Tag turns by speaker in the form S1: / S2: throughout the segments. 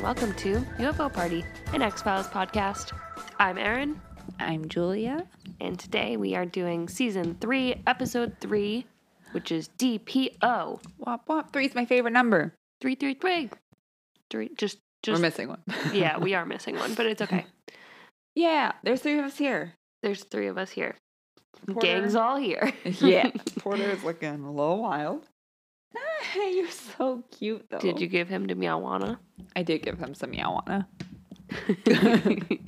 S1: welcome to UFO Party, an X Files podcast. I'm Erin,
S2: I'm Julia.
S1: and today we are doing season three, episode three, which is DPO
S2: Wop wop. Three is my favorite number.
S1: three three three. Three, just,
S2: We're
S1: just
S2: missing one.
S1: yeah, we are missing one, but it's okay.
S2: yeah, there's three of us here.
S1: There's three of us here.
S2: Porter.
S1: Gang's all here.
S2: yeah. Porter is looking a little wild. Hey, you're so cute though.
S1: Did you give him to Miawana?
S2: I did give him some yawana.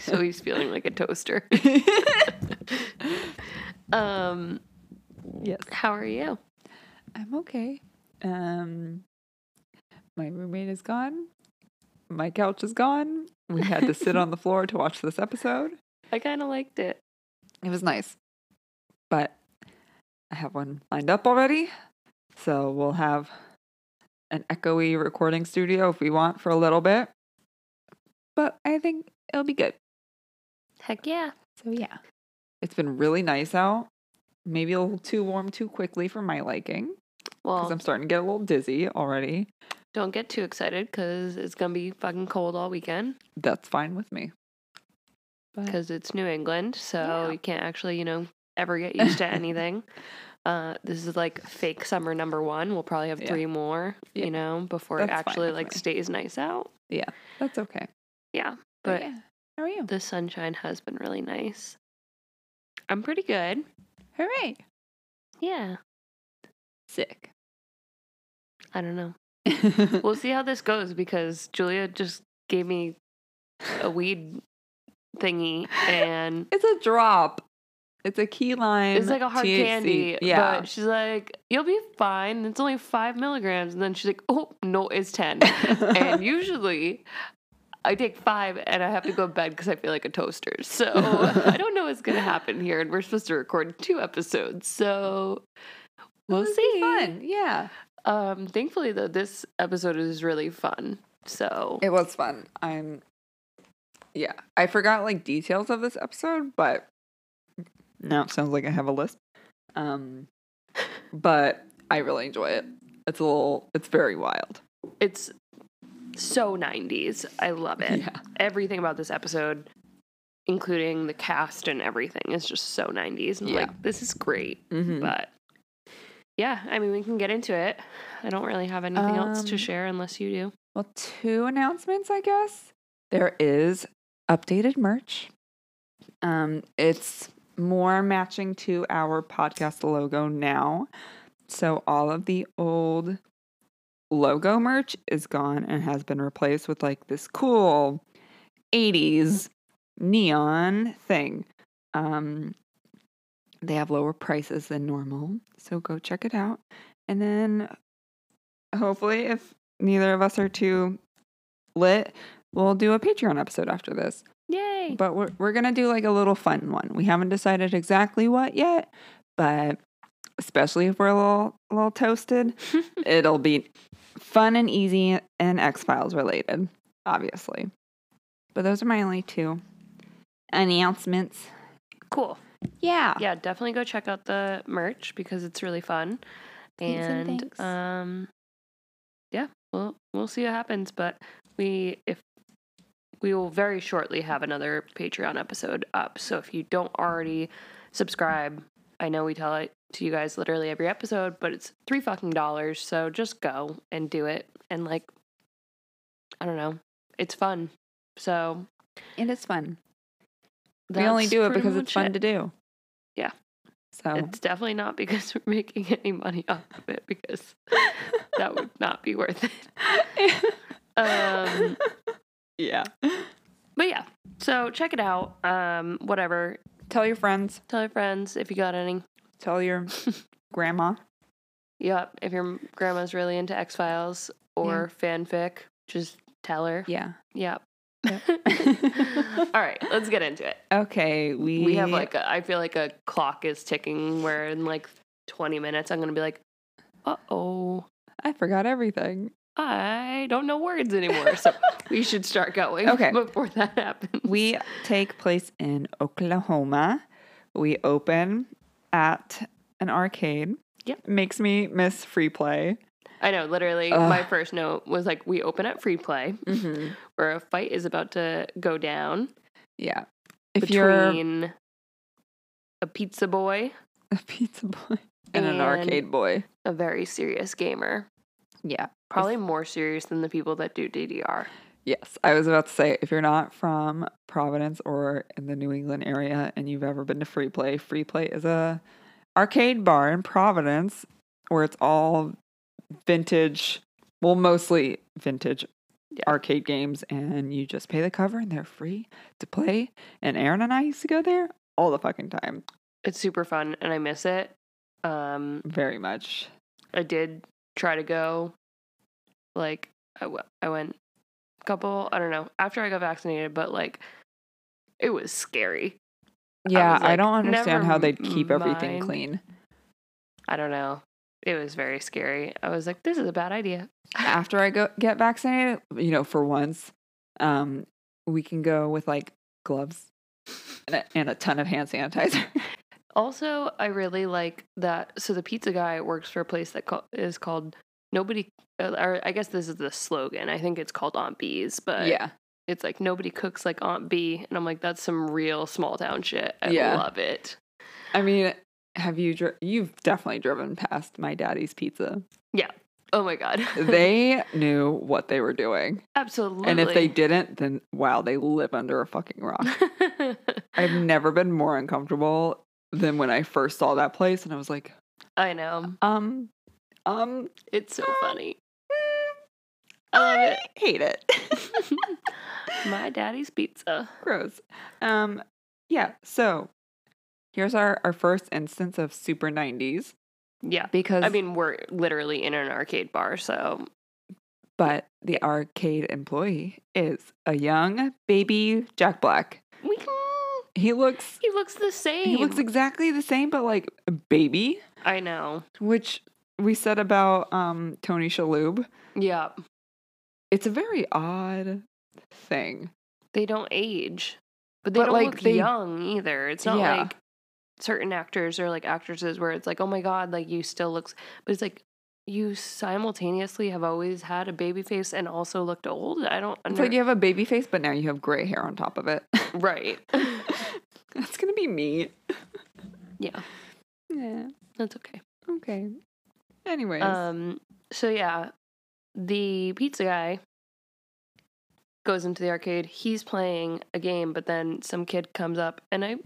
S1: so he's feeling like a toaster. Um,
S2: yes,
S1: how are you?
S2: I'm okay. Um, my roommate is gone. My couch is gone. We had to sit on the floor to watch this episode.
S1: I kind of liked it.
S2: It was nice. But I have one lined up already. So we'll have an echoey recording studio if we want for a little bit. But I think it'll be good.
S1: Heck yeah.
S2: So yeah. It's been really nice out. Maybe a little too warm too quickly for my liking. Because
S1: Well,
S2: I'm starting to get a little dizzy already.
S1: don't get too excited because it's gonna be fucking cold all weekend
S2: That's fine with me. But
S1: because it's New England, so
S2: Yeah.
S1: you can't actually, you know, ever get used to anything. Uh, this is like fake summer number one. We'll probably have
S2: Yeah.
S1: three more,
S2: Yeah.
S1: you know, before it
S2: That's fine
S1: actually
S2: with
S1: like
S2: me.
S1: stays nice out.
S2: that's okay.
S1: Yeah, but
S2: yeah. How are you?
S1: the sunshine has been really nice. I'm pretty good.
S2: Hooray.
S1: Yeah,
S2: Sick.
S1: I don't know. We'll see how this goes because Julia just gave me a weed thingy and
S2: It's a drop. It's a key lime.
S1: it's like a hard
S2: THC.
S1: candy.
S2: Yeah.
S1: But she's like, you'll be fine. It's only five milligrams. And then she's like, oh, no, it's 10. and usually I take five and I have to go to bed because I feel like a toaster. So I don't know what's going to happen here. And we're supposed to record two episodes. So we'll
S2: This would be
S1: see.
S2: Fun. Yeah.
S1: Um, thankfully, though, this episode is really fun. So
S2: It was fun. I'm yeah. I forgot like details of this episode, but now it sounds like I have a list. Um but I really enjoy it. It's a little it's very wild.
S1: it's so 90s. I love it.
S2: Yeah.
S1: everything about this episode, including the cast and everything, is just so 90s. And I'm
S2: Yeah.
S1: like, this is great.
S2: Mhm.
S1: But yeah, I mean, we can get into it. I don't really have anything else to
S2: Um,
S1: share unless you do.
S2: Well, two announcements, I guess. There is updated merch. Um, it's more matching to our podcast logo now. So all of the old logo merch is gone and has been replaced with like this cool 80s neon thing. Um, they have lower prices than normal. So go check it out. And then hopefully, if neither of us are too lit, we'll do a Patreon episode after this.
S1: Yay!
S2: But we're, we're going to do like a little fun one. We haven't decided exactly what yet, but especially if we're a little, a little toasted, it'll be fun and easy and X Files related, obviously. But those are my only two announcements.
S1: cool.
S2: Yeah.
S1: Yeah, definitely go check out the merch because it's really fun.
S2: Thanks and
S1: And,
S2: thanks.
S1: um, yeah, well, we'll see what happens. But we, if we will very shortly have another Patreon episode up. So if you don't already subscribe, I know we tell it to you guys literally every episode, but it's three fucking dollars. So just go and do it. And like, I don't know, it's fun. So
S2: It is fun. we only
S1: that's
S2: do it
S1: pretty
S2: because
S1: much
S2: it's fun to do.
S1: Yeah.
S2: So
S1: It's definitely not because we're making any money off of it because that would not be worth it. Um,
S2: yeah.
S1: but yeah, so check it out. Um, whatever.
S2: Tell your friends.
S1: Tell your friends if you got any.
S2: Tell your grandma.
S1: Yep. If your grandma's really into X Files or fanfic, just tell her.
S2: Yeah.
S1: Yep.
S2: Yep.
S1: All right, let's get into it.
S2: Okay. We
S1: We have like, a, I feel like a clock is ticking where in like 20 minutes I'm going to be like, uh oh,
S2: I forgot everything.
S1: I don't know words anymore. So we should start going
S2: Okay.
S1: before that happens.
S2: We take place in Oklahoma. We open at an arcade.
S1: Yep.
S2: Makes me miss free play.
S1: I know, literally,
S2: Ugh.
S1: my first note was like, we open at free play
S2: Mm-hmm.
S1: where a fight is about to go down
S2: Yeah. If you're
S1: between a pizza boy,
S2: a pizza boy and an
S1: And-
S2: arcade boy.
S1: a very serious gamer,
S2: Yeah.
S1: probably more serious than the people that do DDR.
S2: Yes. I was about to say if you're not from Providence or in the New England area and you've ever been to Free Play, Free Play is a arcade bar in Providence where it's all vintage, well mostly vintage
S1: Yeah.
S2: arcade games and you just pay the cover and they're free to play. And Aaron and I used to go there all the fucking time.
S1: It's super fun and I miss it. Um,
S2: Very much.
S1: I did try to go. Like I, w- I went a couple. I don't know after I got vaccinated, but like it was scary.
S2: Yeah, I,
S1: was like,
S2: don't understand
S1: "Never
S2: how they'd keep everything
S1: mind."
S2: clean.
S1: I don't know. It was very scary. I was like, this is a bad idea.
S2: After I go get vaccinated, you know, for once, um, we can go with like gloves and a, and a ton of hand sanitizer.
S1: Also, I really like that. So the pizza guy works for a place that call, is called Nobody. uh, Or I guess this is the slogan. I think it's called Aunt B's, but
S2: yeah,
S1: it's like nobody cooks like Aunt B. And I'm like, that's some real small town shit. I
S2: Yeah.
S1: love it.
S2: I mean, have you? Dri- you've definitely driven past my daddy's pizza.
S1: Oh my god,
S2: They knew what they were doing,
S1: absolutely.
S2: and if they didn't, then wow, they live under a fucking rock. I've never been more uncomfortable than when I first saw that place, and I was like,
S1: I know.
S2: um, um,
S1: It's so funny. I love
S2: I
S1: it.
S2: hate it.
S1: My daddy's pizza.
S2: Gross. Um, yeah. So here's our our first instance of super '90s
S1: Yeah.
S2: because
S1: I mean, we're literally in an arcade bar, so
S2: but the arcade employee is a young baby Jack Black.
S1: we can.
S2: He looks
S1: He looks the same.
S2: he looks exactly the same, but like a baby,
S1: I know.
S2: which we said about um Tony Shalhoub.
S1: Yeah.
S2: It's a very odd thing.
S1: They don't age, but they
S2: But,
S1: don't
S2: like,
S1: look
S2: they-
S1: young either. It's not
S2: Yeah.
S1: like certain actors or like actresses where it's like, oh my god, like you still looks. But it's like you simultaneously have always had a baby face and also looked old. I don't.
S2: It's like you have a baby face, but now you have gray hair on top of it.
S1: Right.
S2: That's gonna be me.
S1: yeah,
S2: Yeah.
S1: that's okay.
S2: Okay. Anyways.
S1: Um. So yeah, the pizza guy goes into the arcade. He's playing a game, but then some kid comes up, and I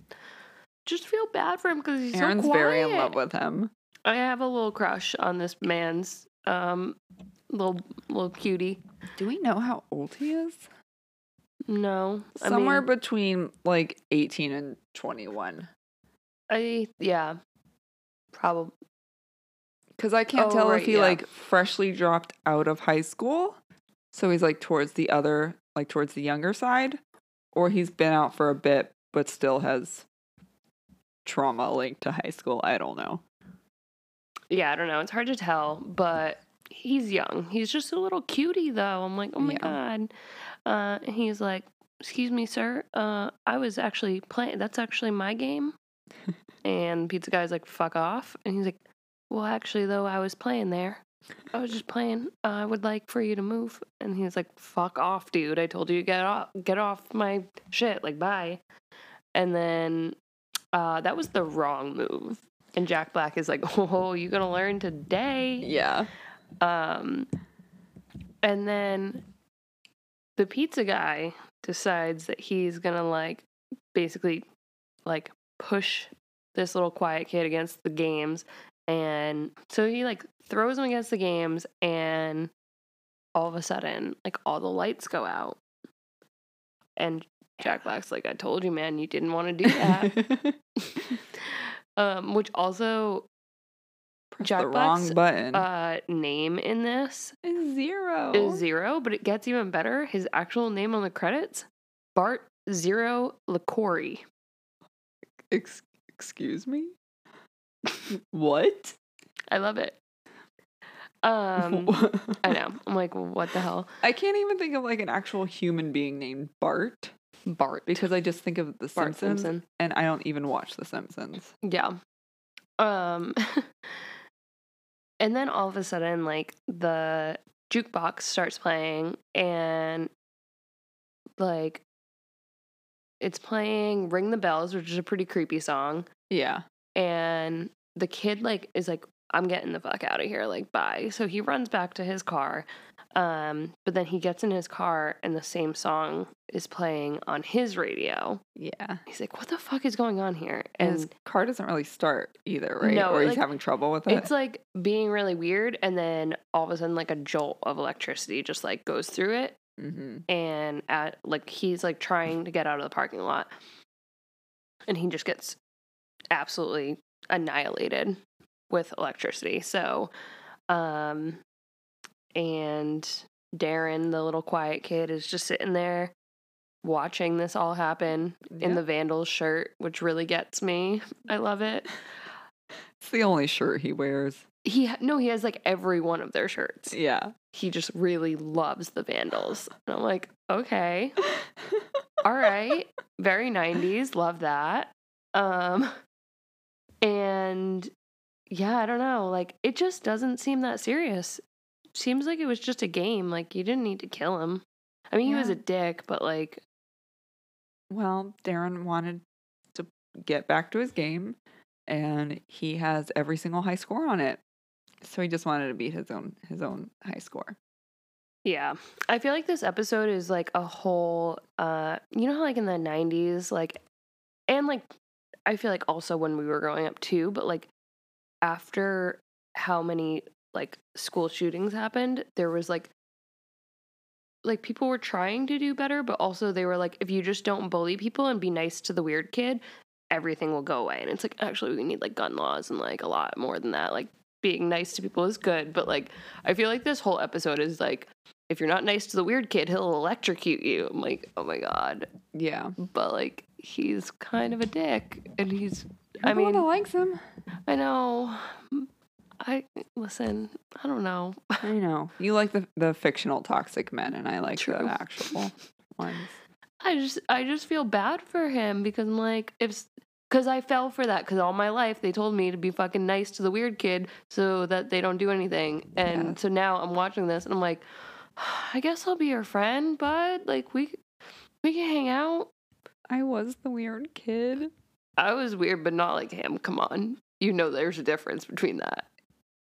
S1: just feel bad for him because he's
S2: Aaron's
S1: so quiet.
S2: very in love with him.
S1: I have a little crush on this man's um little little cutie.
S2: Do we know how old he is?
S1: No,
S2: Somewhere
S1: I, mean,
S2: between like 18 and 21.
S1: I yeah, probably.
S2: Because I can't
S1: Oh,
S2: tell
S1: right,
S2: if he
S1: yeah.
S2: like freshly dropped out of high school. So he's like towards the other, like towards the younger side. Or he's been out for a bit, but still has trauma linked to high school. I don't know.
S1: Yeah, I don't know. It's hard to tell, but he's young. He's just a little cutie, though. I'm like, oh my god. Uh, and he's like, excuse me, sir. Uh, I was actually playing. That's actually my game. and pizza guy's like, fuck off. And he's like, well, actually, though, I was playing there. I was just playing. Uh, I would like for you to move. And he's like, fuck off, dude. I told you to get off, get off my shit. Like, bye. And then uh, that was the wrong move. And Jack Black is like, "Oh, you're gonna learn today."
S2: Yeah.
S1: Um, and then the pizza guy decides that he's gonna like basically like push this little quiet kid against the games, and so he like throws him against the games, and all of a sudden, like all the lights go out, and Jack Black's like, "I told you, man, you didn't want to do that." um, which also Jack
S2: the
S1: Black's
S2: wrong button
S1: uh, name in this
S2: is zero.
S1: is Zero, but it gets even better. His actual name on the credits, Bart Zero LaCorey.
S2: Ex- excuse me? what?
S1: I love it. Um, I know. I'm like, what the hell,
S2: I can't even think of like an actual human being named Bart
S1: Bart?
S2: because I just think of The
S1: Bart
S2: Simpsons
S1: Simpson.
S2: and I don't even watch The Simpsons.
S1: Yeah. Um And then all of a sudden, like the jukebox starts playing and like it's playing Ring the Bells, which is a pretty creepy song.
S2: Yeah.
S1: And the kid like is like, I'm getting the fuck out of here, like bye. So he runs back to his car. Um, but then he gets in his car and the same song is playing on his radio.
S2: Yeah.
S1: He's like, What the fuck is going on here?
S2: And his car doesn't really start either, right?
S1: No,
S2: or he's
S1: like,
S2: having trouble with it.
S1: It's like being really weird, and then all of a sudden, like a jolt of electricity just like goes through it,
S2: mm-hmm.
S1: and at like he's like trying to get out of the parking lot, and he just gets absolutely annihilated with electricity. So, um, and Darren, the little quiet kid, is just sitting there watching this all happen in the Vandals shirt, which really gets me. I love it.
S2: It's the only shirt he wears.
S1: he ha- no he has like every one of their shirts
S2: Yeah.
S1: he just really loves the vandals and i'm like okay all right very 90s love that um and yeah i don't know like it just doesn't seem that serious seems like it was just a game like you didn't need to kill him i mean he was
S2: Yeah.
S1: a dick but like
S2: Well, Darren wanted to get back to his game, and he has every single high score on it. So he just wanted to beat his own his own high score.
S1: Yeah. I feel like this episode is like a whole uh you know how like in the 90s like and like I feel like also when we were growing up too, but like after how many like school shootings happened, there was like like people were trying to do better, but also they were like if you just don't bully people and be nice to the weird kid, everything will go away. And it's like actually we need like gun laws and like a lot more than that. Like being nice to people is good, but like I feel like this whole episode is like if you're not nice to the weird kid, he'll electrocute you. I'm like, oh my god.
S2: Yeah,
S1: But like, he's kind of a dick, and he's. I
S2: You're the one
S1: mean,
S2: that likes him.
S1: I know. I listen. I don't know.
S2: I know you like the the fictional toxic men, and I like
S1: True.
S2: the actual ones.
S1: I just, I just feel bad for him because I'm like, if, because I fell for that. Because all my life they told me to be fucking nice to the weird kid so that they don't do anything, and
S2: Yeah.
S1: so now I'm watching this and I'm like, I guess I'll be your friend, bud. Like we, we can hang out.
S2: I was the weird kid.
S1: I was weird, but not like him. Come on. You know there's a difference between that.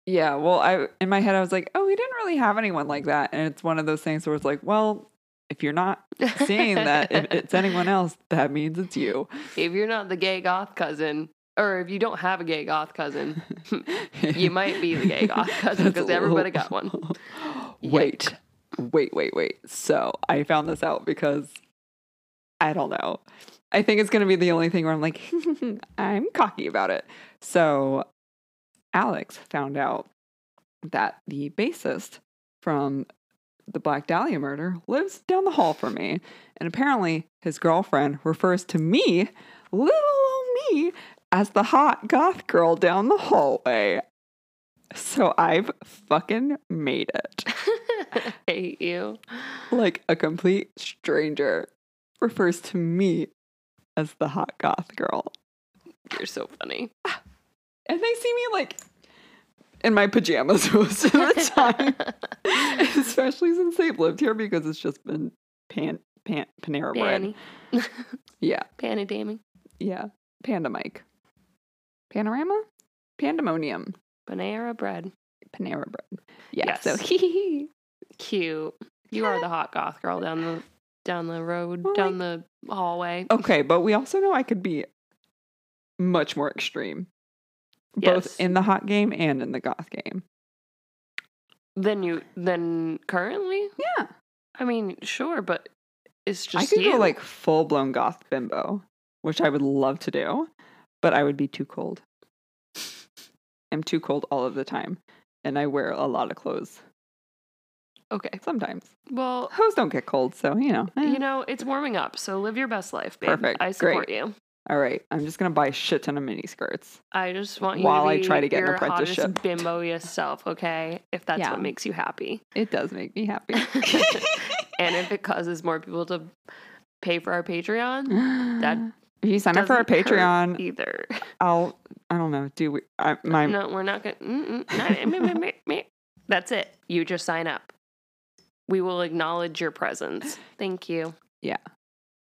S2: Yeah, well, I in my head I was like, oh, we didn't really have anyone like that, and it's one of those things where it's like, well, if you're not seeing that, if it's anyone else, that means it's you.
S1: If you're not the gay goth cousin, or if you don't have a gay goth cousin, You might be the gay goth cousin,
S2: That's
S1: 'cause
S2: a
S1: everybody
S2: little-
S1: got one.
S2: wait, wait, wait, wait. So I found this out because I don't know. I think it's going to be the only thing where I'm like, I'm cocky about it. So Alex found out that the bassist from the Black Dahlia murder lives down the hall from me. And apparently his girlfriend refers to me, little old me, as the hot goth girl down the hallway. So I've fucking made it.
S1: I hate you.
S2: Like a complete stranger refers to me as the hot goth girl.
S1: You're so funny.
S2: And they see me like in my pajamas most of the time. Especially since they've lived here because it's just been pan, pan, Panera Bread.
S1: Panny.
S2: Yeah,
S1: Panny daming.
S2: yeah. Panda Mike. Panorama? Pandemonium.
S1: Panera bread.
S2: Panera Bread. Yeah, so
S1: Yes. Cute. You are the hot goth girl down the down the road,
S2: Well,
S1: down the hallway.
S2: Okay, but we also know I could be much more extreme,
S1: Yes.
S2: both in the hot game and in the goth game.
S1: Then you then currently?
S2: Yeah,
S1: I mean, sure, but it's just
S2: I could
S1: you.
S2: go like full blown goth bimbo, which I would love to do, but I would be too cold. I'm too cold all of the time, and I wear a lot of clothes
S1: Okay.
S2: sometimes.
S1: Well,
S2: Hoes don't get cold, so you know. eh.
S1: you know, it's warming up, so live your best life, babe.
S2: Perfect.
S1: I support you.
S2: all right, I'm just gonna buy a shit ton of mini skirts.
S1: I just want you
S2: While
S1: to
S2: I
S1: be
S2: try to get an
S1: your hottest
S2: apprenticeship.
S1: bimbo yourself, okay? If that's
S2: Yeah.
S1: what makes you happy,
S2: It does make me happy.
S1: and if it causes more people to pay for our Patreon,
S2: that If you sign up Mm, for our
S1: doesn't hurt
S2: Patreon,
S1: either.
S2: I'll I don't know. Do we? I, my
S1: no, we're not gonna. mm, mm, not- mm, mm, mm, mm. That's it. You just sign up. We will acknowledge your presence. Thank you.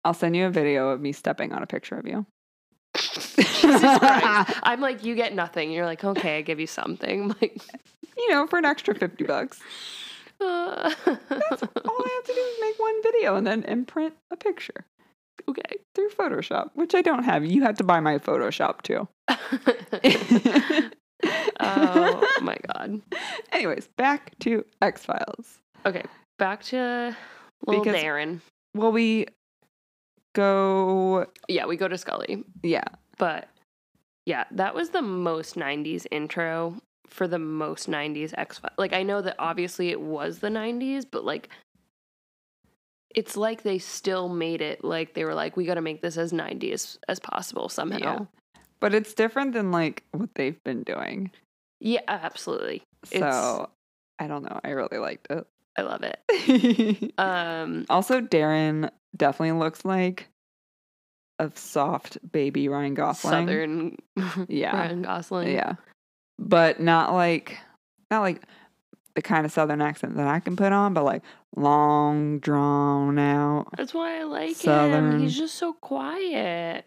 S2: I'll send you a video of me stepping on a picture of you.
S1: Jesus Christ. I'm like, you get nothing. You're like, okay, I give you something. I'm like,
S2: You know, for an extra fifty bucks.
S1: uh,
S2: All I have to do is make one video and then imprint a picture
S1: okay.
S2: through Photoshop, which I don't have. You have to buy my Photoshop too.
S1: oh my god.
S2: Anyways, back to X Files.
S1: Okay, back to little
S2: Because-
S1: Darren.
S2: Well, we go.
S1: Yeah, we go to Scully,
S2: Yeah,
S1: but yeah, that was the most '90s intro for the most '90s X Files. Like, I know that obviously it was the '90s, but like, it's like they still made it. Like they were like, we got to make this as '90s as possible somehow.
S2: but it's different than like what they've been doing.
S1: Yeah, absolutely.
S2: So
S1: It's-
S2: I don't know. I really liked
S1: I love it.
S2: it.
S1: Um,
S2: also, Darren definitely looks like a soft baby Ryan Gosling.
S1: Southern
S2: Yeah.
S1: Ryan Gosling.
S2: Yeah. But not like not like the kind of southern accent that I can put on, but like long drawn out.
S1: That's why I like him.
S2: Southern.
S1: He's just so quiet.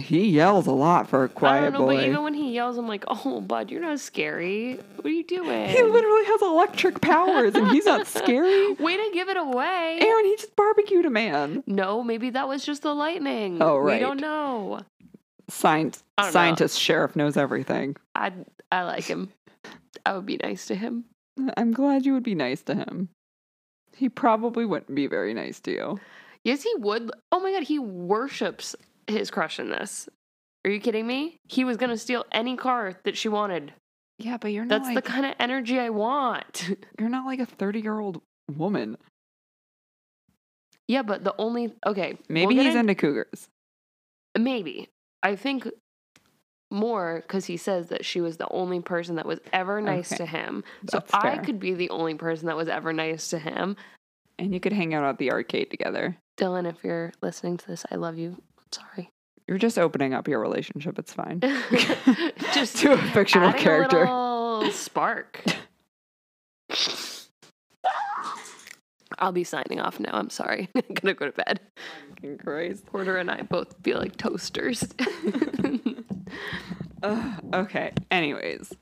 S2: He yells a lot for a
S1: I don't
S2: quiet
S1: know, but even
S2: boy.
S1: when he yells, I'm like, oh, bud, you're not scary. What are you doing?
S2: He literally has electric powers and he's not scary.
S1: Way to give it away.
S2: Aaron, he just barbecued a man.
S1: no, maybe that was just the lightning.
S2: Oh,
S1: We
S2: right.
S1: don't know.
S2: Science
S1: I don't know.
S2: scientist sheriff knows everything.
S1: I I like him. I would be nice to him.
S2: I'm glad you would be nice to him. He probably wouldn't be very nice to you.
S1: Yes, he would. Oh my god, he worships his crush in this. Are you kidding me? He was gonna steal any car that she wanted.
S2: Yeah, but you're
S1: That's the kind of energy I want.
S2: you're not like a 30 year old woman.
S1: yeah, but the only okay. we're
S2: Maybe he's
S1: gonna-
S2: into cougars.
S1: Maybe. I think more because he says that she was the only person that was ever nice
S2: Okay.
S1: to him. So
S2: That's
S1: I
S2: fair.
S1: could be the only person that was ever nice to him.
S2: And you could hang out at the arcade together.
S1: Dylan, if you're listening to this, I love you. Sorry.
S2: You're just opening up your relationship. It's fine.
S1: Just
S2: to a fictional
S1: adding a
S2: character.
S1: little spark. I'll be signing off now. I'm sorry. I'm gonna go to bed.
S2: Fucking Christ.
S1: Porter and I both feel like toasters.
S2: Ugh, okay. Anyways,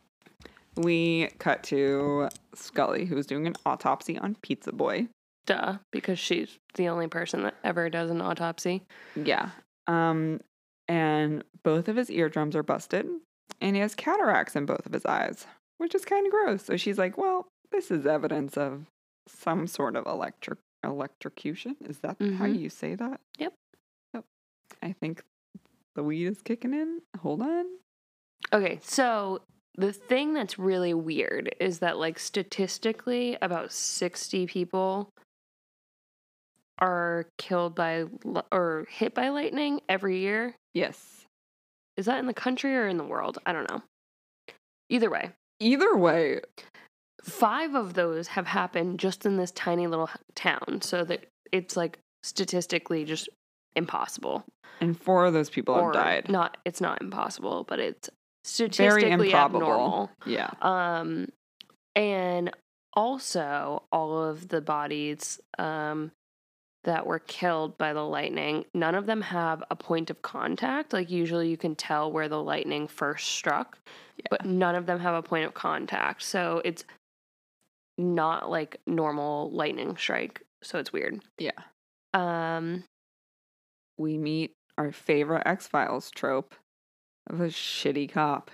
S2: we cut to Scully, who's doing an autopsy on Pizza Boy.
S1: Duh, because she's the only person that ever does an autopsy.
S2: Yeah. Um, and both of his eardrums are busted, and he has cataracts in both of his eyes, which is kind of gross. So she's like, "Well, this is evidence of some sort of electric electrocution. Is that how
S1: Mhm.
S2: you say that?"
S1: Yep.
S2: Yep. I think the weed is kicking in. Hold on.
S1: Okay, so the thing that's really weird is that, like, statistically, about 60 people are killed by li- or hit by lightning every year.
S2: Yes.
S1: Is that in the country or in the world? I don't know. Either way,
S2: Either way,
S1: five of those have happened just in this tiny little h- town. So that it's like statistically just impossible.
S2: and four of those people have
S1: Or
S2: died.
S1: Not, it's not impossible, but it's statistically
S2: improbable.
S1: abnormal.
S2: Yeah.
S1: Um, and also all of the bodies um, that were killed by the lightning, none of them have a point of contact. Like usually you can tell where the lightning first struck, but none of them have a point of contact. So it's not like normal lightning strike. So it's weird.
S2: Yeah.
S1: Um,
S2: we meet our favorite X Files trope of a shitty cop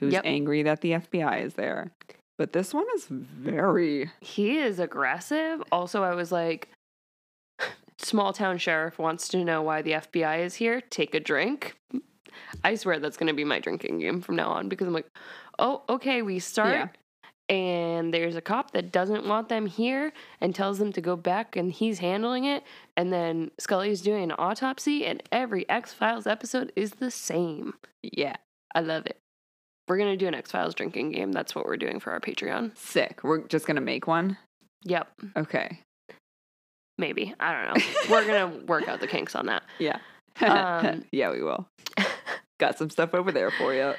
S2: who's
S1: Yep.
S2: angry that the FBI is there. But this one is very
S1: he is aggressive. Also, I was like, small town sheriff wants to know why the FBI is here. Take a drink. I swear that's going to be my drinking game from now on because I'm like, oh, okay, we start.
S2: Yeah.
S1: And there's a cop that doesn't want them here and tells them to go back, and he's handling it. And then Scully's doing an autopsy, and every X Files episode is the same.
S2: yeah
S1: I love it. We're going to do an X Files drinking game. That's what we're doing for our Patreon.
S2: sick. We're just gonna make one.
S1: Yep.
S2: Okay.
S1: Maybe. I don't know. We're going to work out the kinks on that.
S2: Yeah.
S1: Um,
S2: yeah, we will. Got some stuff over there for you.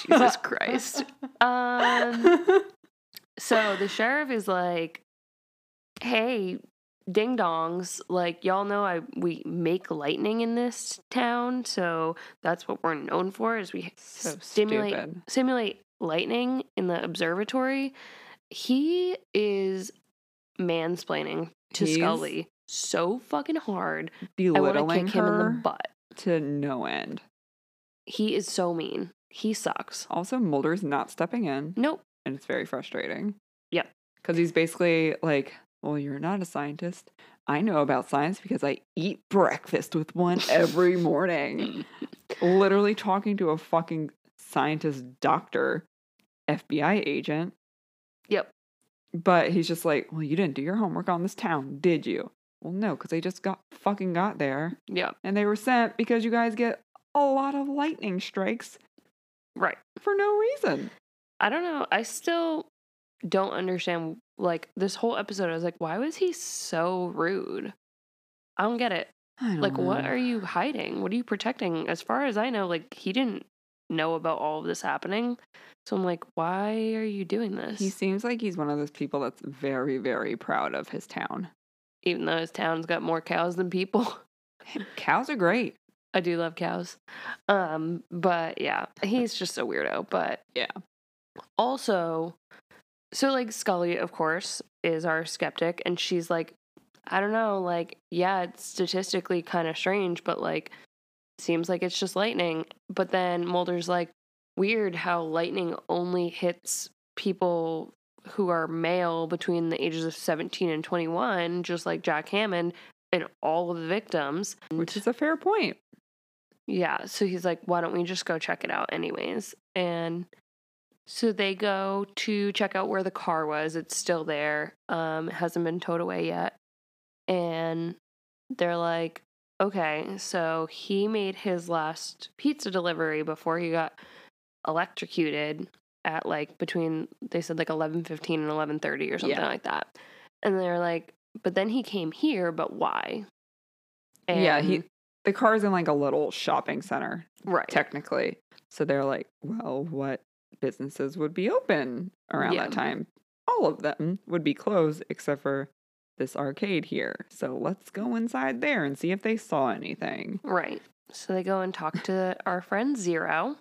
S1: Jesus Christ. Um, so the sheriff is like, "Hey, ding dongs! Like y'all know, I we make lightning in this town, so that's what we're known for. Is we
S2: so
S1: stimulate
S2: stupid.
S1: simulate lightning in the observatory." He is mansplaining to
S2: He's
S1: Scully so fucking hard. I want to
S2: Belittling
S1: kick him in the
S2: her
S1: butt.
S2: to no end.
S1: He is so mean. He sucks.
S2: Also, Mulder's not stepping in,
S1: Nope.
S2: and it's very frustrating.
S1: Yep.
S2: Because he's basically like, well, you're not a scientist. I know about science because I eat breakfast with one every morning.
S1: Mm.
S2: Literally talking to a fucking scientist doctor, FBI agent.
S1: Yep.
S2: But he's just like, well, you didn't do your homework on this town, did you? Well, no, because they just got fucking got there
S1: Yep.
S2: and they were sent because you guys get a lot of lightning strikes
S1: Right.
S2: for no reason.
S1: I don't know. I still don't understand. Like this whole episode, I was like, why was he so rude? I don't get it.
S2: I don't
S1: Like, what
S2: know.
S1: are you hiding? What are you protecting? As far as I know, like he didn't know about all of this happening. So I'm like, why are you doing this?
S2: He seems like he's one of those people that's very, very proud of his town.
S1: Even though his town's got more cows than people.
S2: Cows are great.
S1: I do love cows. Um, but yeah, he's just a weirdo. But
S2: Yeah.
S1: Also, so like Scully, of course, is our skeptic, and she's like, I don't know, like, yeah, it's statistically kind of strange, but like, seems like it's just lightning. But then Mulder's like, weird how lightning only hits people who are male between the ages of 17 and 21, just like Jack Hammond and all of the victims.
S2: Which is a fair point.
S1: Yeah. So he's like, why don't we just go check it out, anyways? And so they go to check out where the car was. It's still there, um, it hasn't been towed away yet. And they're like, okay, so he made his last pizza delivery before he got electrocuted at like between they said like 11:15 and 11:30 or something
S2: Yeah.
S1: like that. And they're like, but then he came here, but why?
S2: yeah, he
S1: And- Oh,
S2: the car's in like a little shopping center,
S1: right.
S2: technically. So they're like, well, what businesses would be open around
S1: Yeah.
S2: that time? All of them would be closed except for this arcade here. So let's go inside there and see if they saw anything.
S1: Right. So they go and talk to our friend Zero.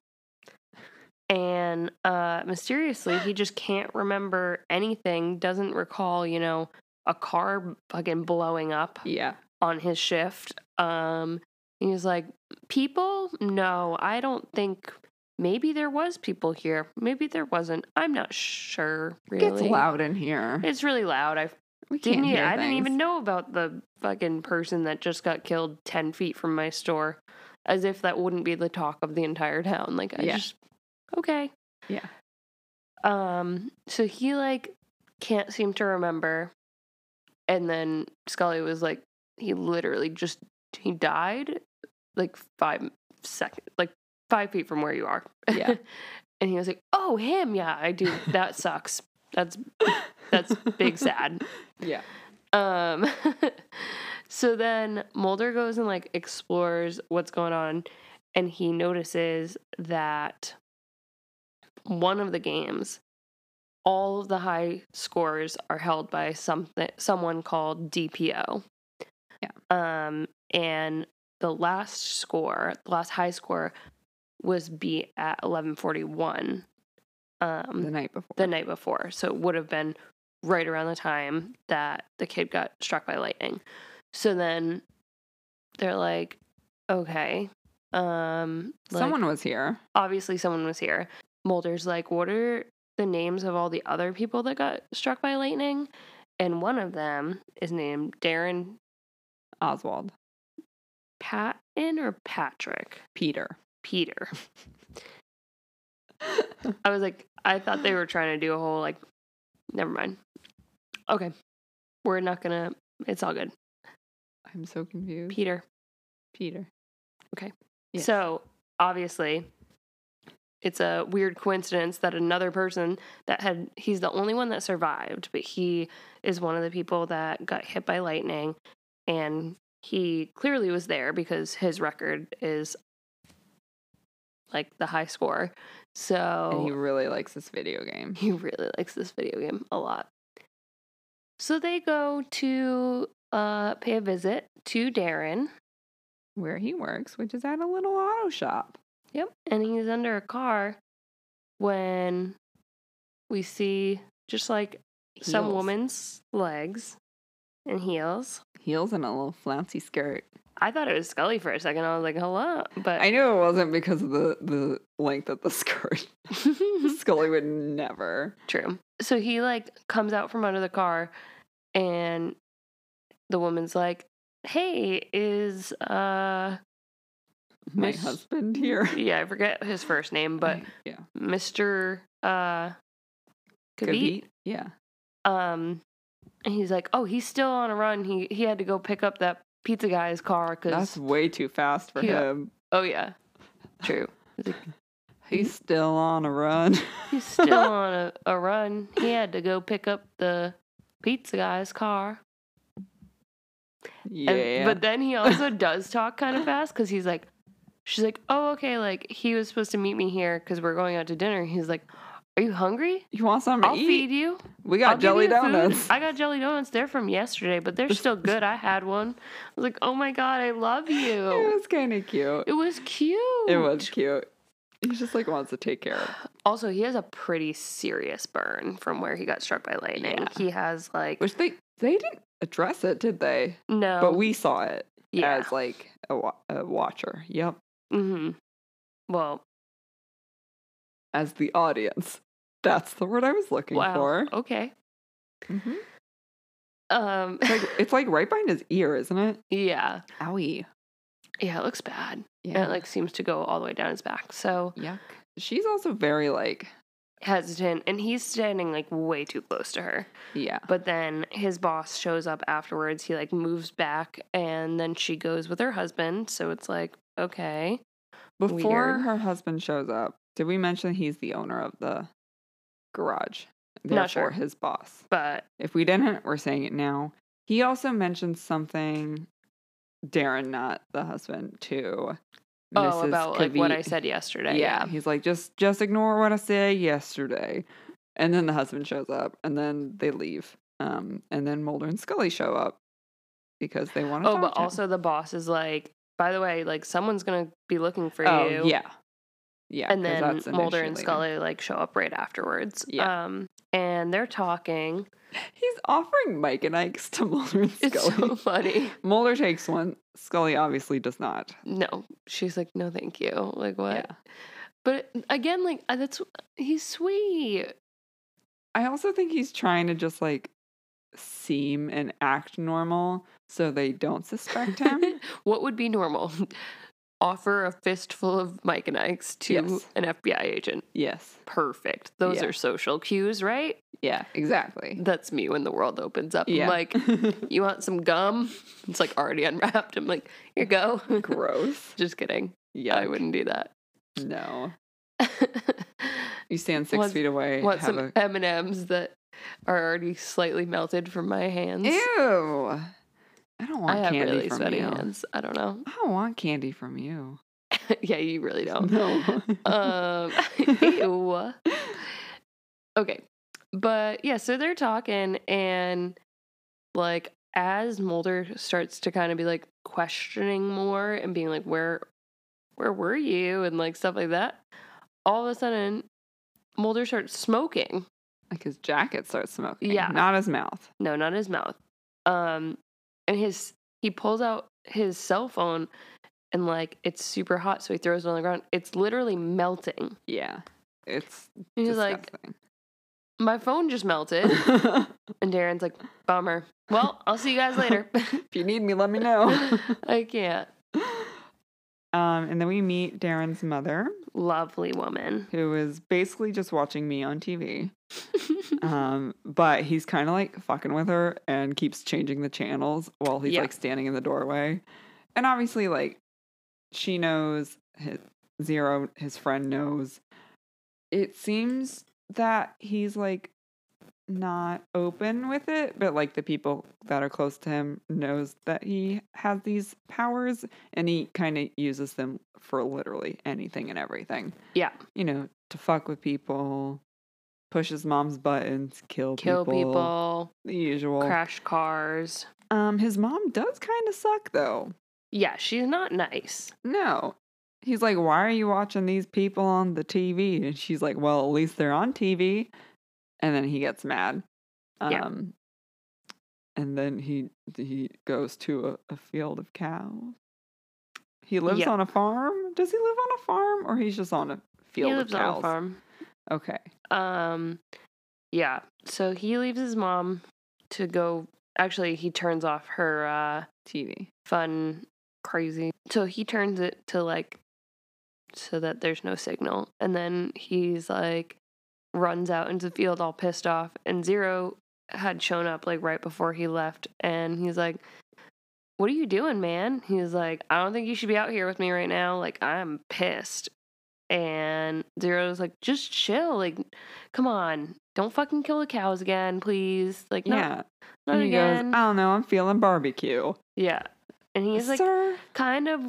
S1: And uh, mysteriously, he just can't remember anything, doesn't recall, you know, a car fucking blowing up
S2: Yeah.
S1: on his shift. Um, and he's like, People? No, I don't think. Maybe there was people here. Maybe there wasn't. I'm not sure. Really.
S2: Gets loud in here.
S1: It's really loud. I
S2: We
S1: didn't.
S2: can't
S1: e-
S2: hear
S1: I didn't
S2: things.
S1: even know about the fucking person that just got killed ten feet from my store, as if that wouldn't be the talk of the entire town. Like I
S2: Yeah.
S1: just okay.
S2: Yeah.
S1: Um. So he like can't seem to remember, and then Scully was like, he literally just he died, like five seconds, like five feet from where you are.
S2: Yeah.
S1: and he was like, oh him, yeah, I do. That sucks. That's that's big sad.
S2: Yeah.
S1: Um, so then Mulder goes and like explores what's going on, and he notices that one of the games, all of the high scores are held by something someone called DPO.
S2: Yeah.
S1: Um, and the last score, the last high score, was B at eleven forty one. Um,
S2: The night before.
S1: the night before. So it would have been right around the time that the kid got struck by lightning. So then they're like, okay, um, like,
S2: Someone was here.
S1: obviously someone was here. Mulder's like, what are the names of all the other people that got struck by lightning? And one of them is named Darren
S2: Oswald.
S1: Patton or Patrick
S2: Peter.
S1: Peter. I was like, I thought they were trying to do a whole like, never mind. Okay, we're not gonna. It's all good.
S2: I'm so confused.
S1: Peter.
S2: Peter. Yes.
S1: So obviously, it's a weird coincidence that another person that had he's the only one that survived, but he is one of the people that got hit by lightning, and he clearly was there because his record is like the high score.
S2: And he
S1: So
S2: really likes this video game.
S1: he really likes this video game a lot. So they go to uh, pay a visit to Darren.
S2: Where he works, which is at a little auto shop.
S1: Yep. And he's under a car when we see just like some
S2: Heels.
S1: woman's legs and heels.
S2: Heels and a little flouncy skirt.
S1: I thought it was Scully for a second. I was like, hello. But
S2: I knew it wasn't because of the, the length of the skirt. Scully would never.
S1: True. So he like comes out from under the car and the woman's like, "Hey, is uh
S2: My
S1: Miss-
S2: husband here.
S1: yeah, I forget his first name, but
S2: yeah.
S1: Mr. uh Kavit.
S2: Kavit, Yeah.
S1: Um and he's like, "Oh, he's still on a run. He he had to go pick up that pizza guy's car
S2: That's
S1: cuz
S2: way too fast for
S1: he got-
S2: him.
S1: oh yeah. True. He's like,
S2: He's still on a run.
S1: He's still on a, a run. He had to go pick up the pizza guy's car.
S2: yeah.
S1: And- but then he also does talk kind of fast because he's like, she's like, oh, okay, like he was supposed to meet me here because we're going out to dinner. He's like, are you hungry?
S2: you want something to
S1: I'll
S2: eat?
S1: feed you.
S2: We
S1: I'll
S2: got
S1: give
S2: jelly
S1: you food.
S2: donuts.
S1: I got jelly donuts. They're from yesterday, but they're still good. I had one. I was like, oh my God, I love
S2: It
S1: you.
S2: was kind of cute.
S1: It was cute.
S2: It was cute. He just like wants to take care of,
S1: Also, he has a pretty serious burn from where he got struck by lightning.
S2: Yeah.
S1: He has like,
S2: which they they didn't address it, did they?
S1: no.
S2: but we saw it
S1: yeah.
S2: as like a, wa- a watcher. Yep,
S1: hmm Well,
S2: as the audience. That's the word I was looking
S1: wow.
S2: for.
S1: Okay.
S2: Mhm.
S1: Um,
S2: It's like it's like right behind his ear, isn't it?
S1: yeah.
S2: Owie.
S1: Yeah, it looks bad.
S2: Yeah.
S1: And it like seems to go all the way down his back. So
S2: Yuck. She's also very like
S1: hesitant and he's standing like way too close to her.
S2: yeah.
S1: But then his boss shows up afterwards. He like moves back and then she goes with her husband. So it's like, okay.
S2: Before
S1: Weird.
S2: her husband shows up, did we mention he's the owner of the garage? Therefore,
S1: Not sure.
S2: his boss.
S1: But
S2: If we didn't, we're saying it now. He also mentioned something, Darren, not the husband, to
S1: oh, about like what I
S2: Kavit.
S1: said yesterday.
S2: yeah,
S1: Yeah.
S2: he's like just just ignore what I said yesterday, and then the husband shows up, and then they leave, um, and then Mulder and Scully show up because they want to.
S1: Oh, but also the boss is like, by the way, like someone's gonna be looking for
S2: oh
S1: you.
S2: yeah, yeah,
S1: and
S2: 'cause
S1: then
S2: that's an
S1: Mulder
S2: issue
S1: and
S2: later.
S1: Scully like show up right afterwards.
S2: Yeah.
S1: Um, and they're talking.
S2: He's offering Mike and Ike's to Mulder and Scully.
S1: It's so funny.
S2: Mulder takes one. Scully obviously does not.
S1: No, she's like, no, thank you. Like what?
S2: Yeah.
S1: But again, like uh, that's he's sweet.
S2: I also think he's trying to just like seem and act normal so they don't suspect him.
S1: what would be normal? Offer a fistful of Mike and Ike's to
S2: Yes.
S1: an FBI agent.
S2: yes.
S1: Perfect. Those
S2: Yeah.
S1: are social cues, right?
S2: Yeah, exactly.
S1: That's me when the world opens up. I'm
S2: Yeah.
S1: like, you want some gum? It's like already unwrapped. I'm like, here you go.
S2: gross.
S1: Just kidding.
S2: Yeah,
S1: I wouldn't do that.
S2: No. You stand six
S1: Want-
S2: feet away.
S1: want
S2: have
S1: some M and M's that are already slightly melted from my hands.
S2: a- Ew. I don't want
S1: I have
S2: candy
S1: really
S2: from
S1: sweaty
S2: you.
S1: hands. I don't know.
S2: I don't want candy from you.
S1: yeah, you really don't.
S2: No.
S1: um, ew. Okay, but yeah, so they're talking, and like as Mulder starts to kind of be like questioning more and being like, "Where, where were you?" and like stuff like that. All of a sudden, Mulder starts smoking.
S2: like his jacket starts smoking.
S1: Yeah.
S2: Not his mouth.
S1: No, not his mouth. Um, and his he pulls out his cell phone, and like it's super hot, so he throws it on the ground. It's literally melting.
S2: Yeah. It's
S1: And he's like, "My phone just melted,"
S2: disgusting.
S1: and Darren's like, "Bummer. Well, I'll see you guys later.
S2: if you need me, let me know.
S1: I can't."
S2: um, and then we meet Darren's mother,
S1: Lovely woman.
S2: who is basically just watching me on TV. Um, but he's kind of like fucking with her and keeps changing the channels while he's
S1: Yeah.
S2: like standing in the doorway. And obviously, like she knows his, Zero, his friend knows. It seems that he's like not open with it, but like the people that are close to him knows that he has these powers and he kind of uses them for literally anything and everything.
S1: Yeah.
S2: You know, to fuck with people, push his mom's buttons, kill,
S1: Kill
S2: people,
S1: people,
S2: the usual.
S1: crash cars.
S2: Um his mom does kind of suck though.
S1: Yeah, she's not nice.
S2: No. He's like, "Why are you watching these people on the TV?" And she's like, "Well, at least they're on TV." And then he gets mad.
S1: Yeah.
S2: Um and then he he goes to a, a field of cows. He lives
S1: Yeah.
S2: on a farm? Does he live on a farm or he's just on a field
S1: he
S2: of
S1: lives
S2: cows?
S1: on a farm.
S2: Okay.
S1: Um, yeah. So he leaves his mom to go. Actually, he turns off her uh,
S2: TV.
S1: fun, crazy. So he turns it to like so that there's no signal. And then he's like runs out into the field all pissed off. And Zero had shown up like right before he left. And he's like, What are you doing, man? He was like, I don't think you should be out here with me right now. Like, I'm pissed. And Zero's like, Just chill. Like, come on. Don't fucking kill the cows again, please. Like, no,
S2: yeah.
S1: not
S2: and he
S1: again.
S2: goes, "Oh, "I don't know, I'm feeling barbecue."
S1: yeah. And he's like,
S2: "Sir,
S1: kind of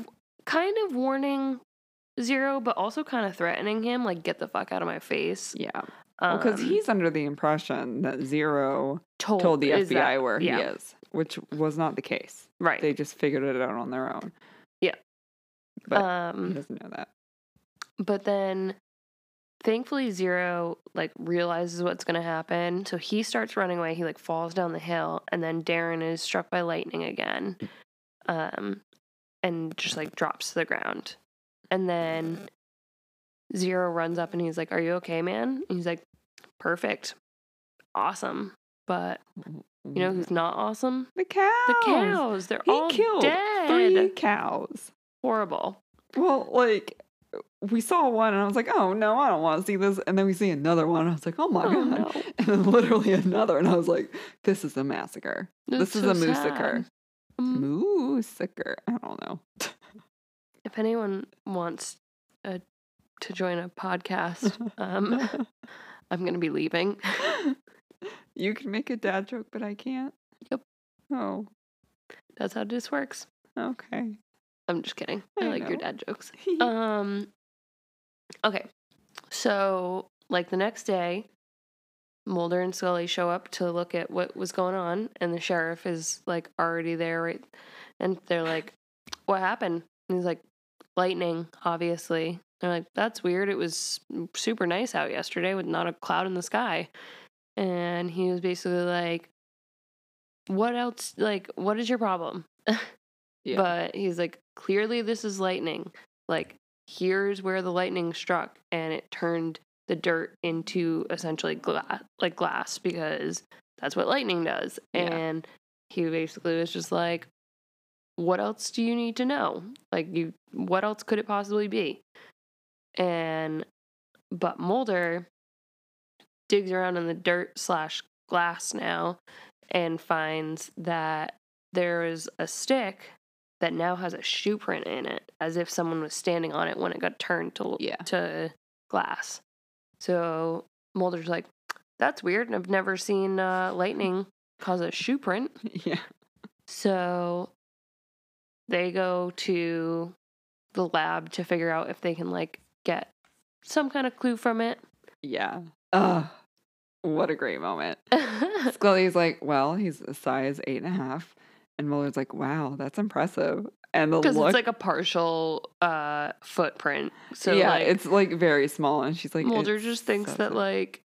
S1: kind of warning zero but also kind of threatening him like get the fuck out of my face
S2: yeah, because
S1: Um,
S2: he's under the impression that Zero
S1: told,
S2: told the FBI
S1: is that-
S2: where he
S1: yeah.
S2: is, which was not the case.
S1: right
S2: They just figured it out on their own.
S1: Yeah.
S2: But he
S1: um
S2: doesn't know that.
S1: but then thankfully zero like realizes what's going to happen so he starts running away he like falls down the hill and then darren is struck by lightning again um and just like drops to the ground and then zero runs up and he's like are you okay man and he's like perfect awesome but you know who's not awesome
S2: the cows.
S1: the cows they're
S2: Mm. He
S1: all
S2: killed
S1: dead
S2: Three cows.
S1: horrible
S2: Well, like we saw one and I was like, oh no, I don't want to see this. And then we see another one and I was like, oh my
S1: Oh,
S2: god.
S1: no.
S2: And then literally another and I was like, this is a massacre.
S1: That's
S2: This is
S1: so
S2: a moosicker.
S1: sad. Mm.
S2: Moosicker. I don't know.
S1: if anyone wants uh to join a podcast, um, I'm going to be leaving.
S2: you can make a dad joke, but I can't.
S1: Yep.
S2: Oh,
S1: That's how this works.
S2: okay.
S1: I'm just kidding. I,
S2: I
S1: like your
S2: know.
S1: dad jokes. Um, okay. So, like the next day, Mulder and Scully show up to look at what was going on, and the sheriff is like already there, right? And they're like, "What happened?" And he's like, "Lightning, obviously." They're like, "That's weird. It was super nice out yesterday with not a cloud in the sky," and he was basically like, "What else? Like, what is your problem?"
S2: Yeah.
S1: But he's like, clearly this is lightning. Like, here's where the lightning struck, and it turned the dirt into essentially glass, like glass, because that's what lightning does.
S2: Yeah.
S1: And he basically was just like, what else do you need to know? Like, you, what else could it possibly be? And, but Mulder digs around in the dirt slash glass now and finds that there is a stick that now has a shoe print in it, as if someone was standing on it when it got turned to
S2: Yeah.
S1: to glass. So Mulder's like, "That's weird. I've never seen uh, lightning cause a shoe print."
S2: Yeah.
S1: So they go to the lab to figure out if they can like get some kind of clue from it.
S2: Yeah. Ugh. What a great moment. Scully's like, well, he's a size eight and a half. And Mulder's like, wow, that's impressive. And the
S1: Because
S2: look.
S1: it's like a partial uh, footprint, so
S2: yeah,
S1: like
S2: it's like very small. And she's like,
S1: Mulder
S2: "It's
S1: just thinks
S2: so
S1: that
S2: small."
S1: like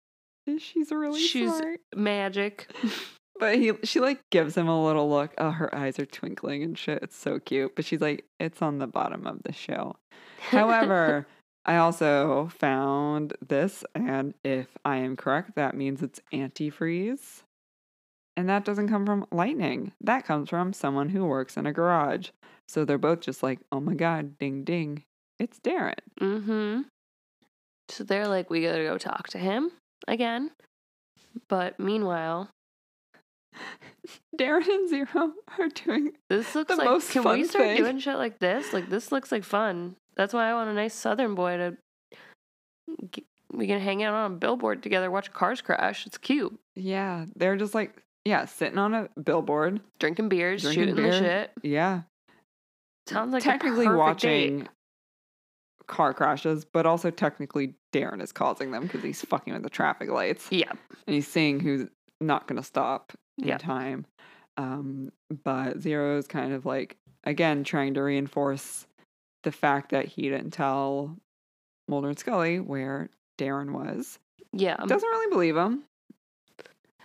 S2: she's really
S1: she's-
S2: smart.
S1: magic.
S2: But he, she like gives him a little look. Oh, her eyes are twinkling and shit. It's so cute. But she's like, it's on the bottom of the shell. However, I also found this, and if I am correct, that means it's antifreeze. And that doesn't come from lightning. That comes from someone who works in a garage. So they're both just like, oh my God, ding ding, it's Darren.
S1: Mm-hmm. So they're like, we gotta go talk to him again. But meanwhile,
S2: Darren and Zero are doing.
S1: this looks
S2: The
S1: like
S2: most
S1: can we
S2: fun
S1: start
S2: thing.
S1: doing shit like this? Like this looks like fun. That's why I want a nice Southern boy to g- we can hang out on a billboard together, watch cars crash. It's cute.
S2: Yeah, they're just like yeah, sitting on a billboard.
S1: Drinking beers,
S2: Drinking
S1: shooting the
S2: beer.
S1: shit.
S2: Yeah,
S1: Sounds like
S2: technically watching
S1: Date.
S2: car crashes, but also technically Darren is causing them because he's fucking with the traffic lights
S1: Yeah,
S2: and he's seeing who's not going to stop in
S1: Yeah.
S2: time. Um, but Zero is kind of like again trying to reinforce the fact that he didn't tell Mulder and Scully where Darren was.
S1: yeah.
S2: Doesn't really believe him.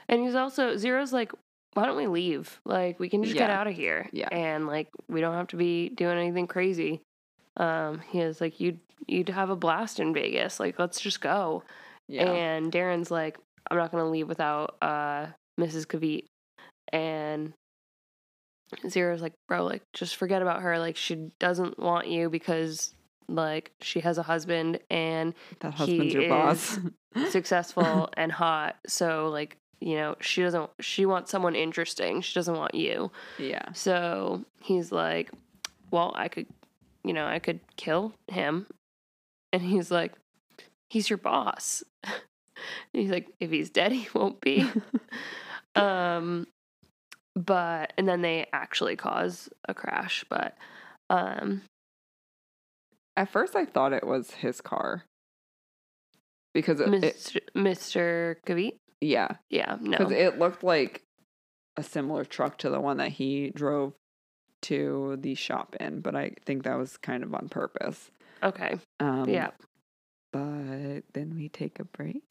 S1: And he's also Zero's like, why don't we leave? Like we can just get
S2: Yeah.
S1: out of here.
S2: Yeah.
S1: And like we don't have to be doing anything crazy. Um, he is like, you'd you'd have a blast in Vegas. Like let's just go.
S2: Yeah,
S1: And Darren's like, I'm not gonna leave without uh Mrs. Kavit. And Zero's like, bro, like just forget about her. Like she doesn't want you because like she has a husband and
S2: that husband's
S1: he
S2: your boss.
S1: successful and hot. So like, you know, she doesn't she wants someone interesting. She doesn't want you.
S2: yeah,
S1: So he's like, "Well, I could, you know, I could kill him." And he's like, "He's your boss." and he's like, "If he's dead, he won't be." um but and then they actually cause a crash, but um
S2: At first, I thought it was his car because it, it-
S1: Mr. Mr. Kavit?
S2: yeah,
S1: Yeah, no.
S2: because it looked like a similar truck to the one that he drove to the shop in, but I think that was kind of on purpose.
S1: okay.
S2: Um,
S1: yeah.
S2: But then we take a break.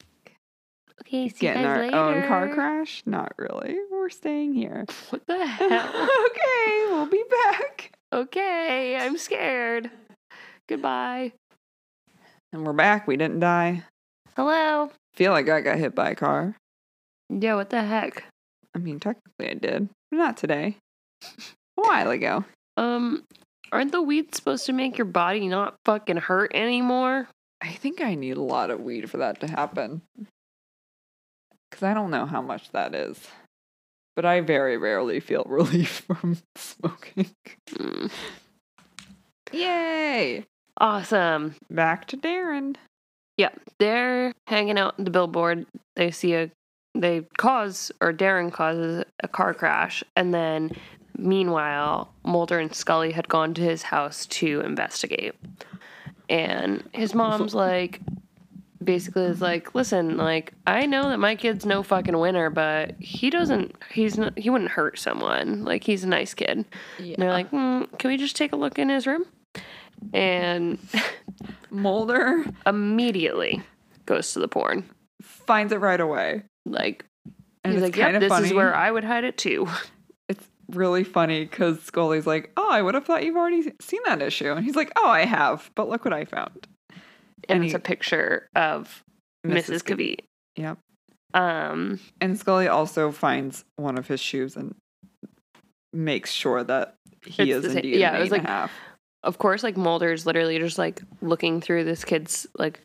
S1: Okay, see
S2: Getting
S1: you
S2: our
S1: guys
S2: own car
S1: later.
S2: crash? Not really. We're staying here.
S1: What the hell?
S2: okay, we'll be back.
S1: okay, I'm scared. Goodbye.
S2: And we're back. We didn't die.
S1: Hello.
S2: Feel like I got hit by a car.
S1: Yeah, what the heck?
S2: I mean, technically I did, but not today. A while ago.
S1: Um, aren't the weeds supposed to make your body not fucking hurt anymore?
S2: I think I need a lot of weed for that to happen. Because I don't know how much that is. But I very rarely feel relief from smoking.
S1: Mm.
S2: Yay!
S1: Awesome.
S2: Back to Darren.
S1: They're hanging out at the billboard. They see a, they cause, or Darren causes a car crash. And then, meanwhile, Mulder and Scully had gone to his house to investigate. And his mom's like, basically is like, listen, like, I know that my kid's no fucking winner, but he doesn't, he's not, he wouldn't hurt someone. Like, he's a nice kid.
S2: Yeah.
S1: And they're like, mm, can we just take a look in his room? And
S2: Mulder
S1: immediately goes to the porn.
S2: finds it right away.
S1: Like,
S2: And
S1: he's
S2: it's
S1: like,
S2: kind
S1: yep,
S2: of
S1: this
S2: funny.
S1: is where I would hide it too.
S2: It's really funny because Scully's like, Oh, I would have thought you've already seen that issue. And he's like, Oh, I have, but look what I found.
S1: And,
S2: And
S1: it's
S2: he-
S1: a picture of Mrs. Kavit.
S2: Yep.
S1: Um,
S2: And Scully also finds one of his shoes and makes sure that he
S1: It's the
S2: is
S1: same-
S2: indeed.
S1: yeah,
S2: an
S1: it was
S2: eight and a
S1: like-
S2: half.
S1: of course, like Mulder's literally just like looking through this kid's like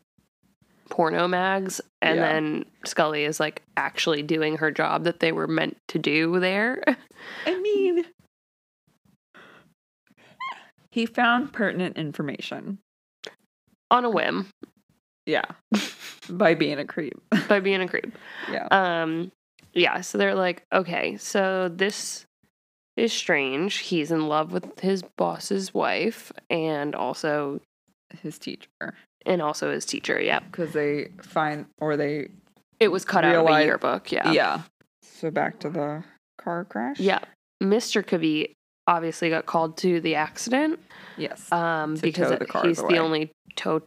S1: porno mags, and
S2: Yeah.
S1: then Scully is like actually doing her job that they were meant to do there.
S2: I mean, he found pertinent information.
S1: on a whim
S2: Yeah, by being a creep.
S1: by being a creep.
S2: Yeah,
S1: um yeah so they're like okay so this is strange he's in love with his boss's wife and also
S2: his teacher
S1: and also his teacher yeah
S2: because they find or they
S1: it was cut out of a
S2: Realize-
S1: yearbook yeah
S2: yeah. So back to the car crash.
S1: yeah mr kavit obviously got called to the accident
S2: Yes.
S1: um
S2: To
S1: because
S2: tow the cars
S1: he's
S2: away.
S1: the only tow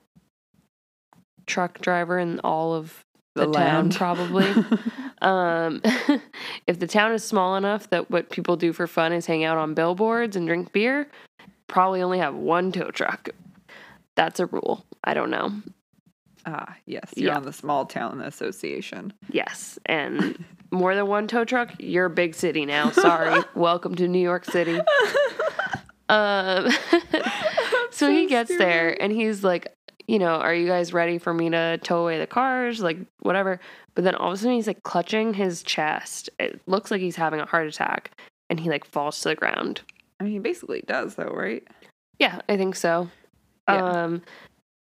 S1: truck driver in all of the town,
S2: land.
S1: probably. Um, if the town is small enough that what people do for fun is hang out on billboards and drink beer, probably only have one tow truck. That's a rule. I don't know.
S2: ah, yes. You're
S1: Yeah.
S2: on the small town association.
S1: Yes. And more than one tow truck, you're a big city now. Sorry. Welcome to New York City. Um, so he
S2: so
S1: gets
S2: stupid.
S1: there and he's like, you know, are you guys ready for me to tow away the cars? Like, whatever. But then all of a sudden he's like clutching his chest. It looks like he's having a heart attack and he like falls to the ground.
S2: I mean, he basically does though, right?
S1: Yeah, I think so.
S2: Yeah.
S1: Um,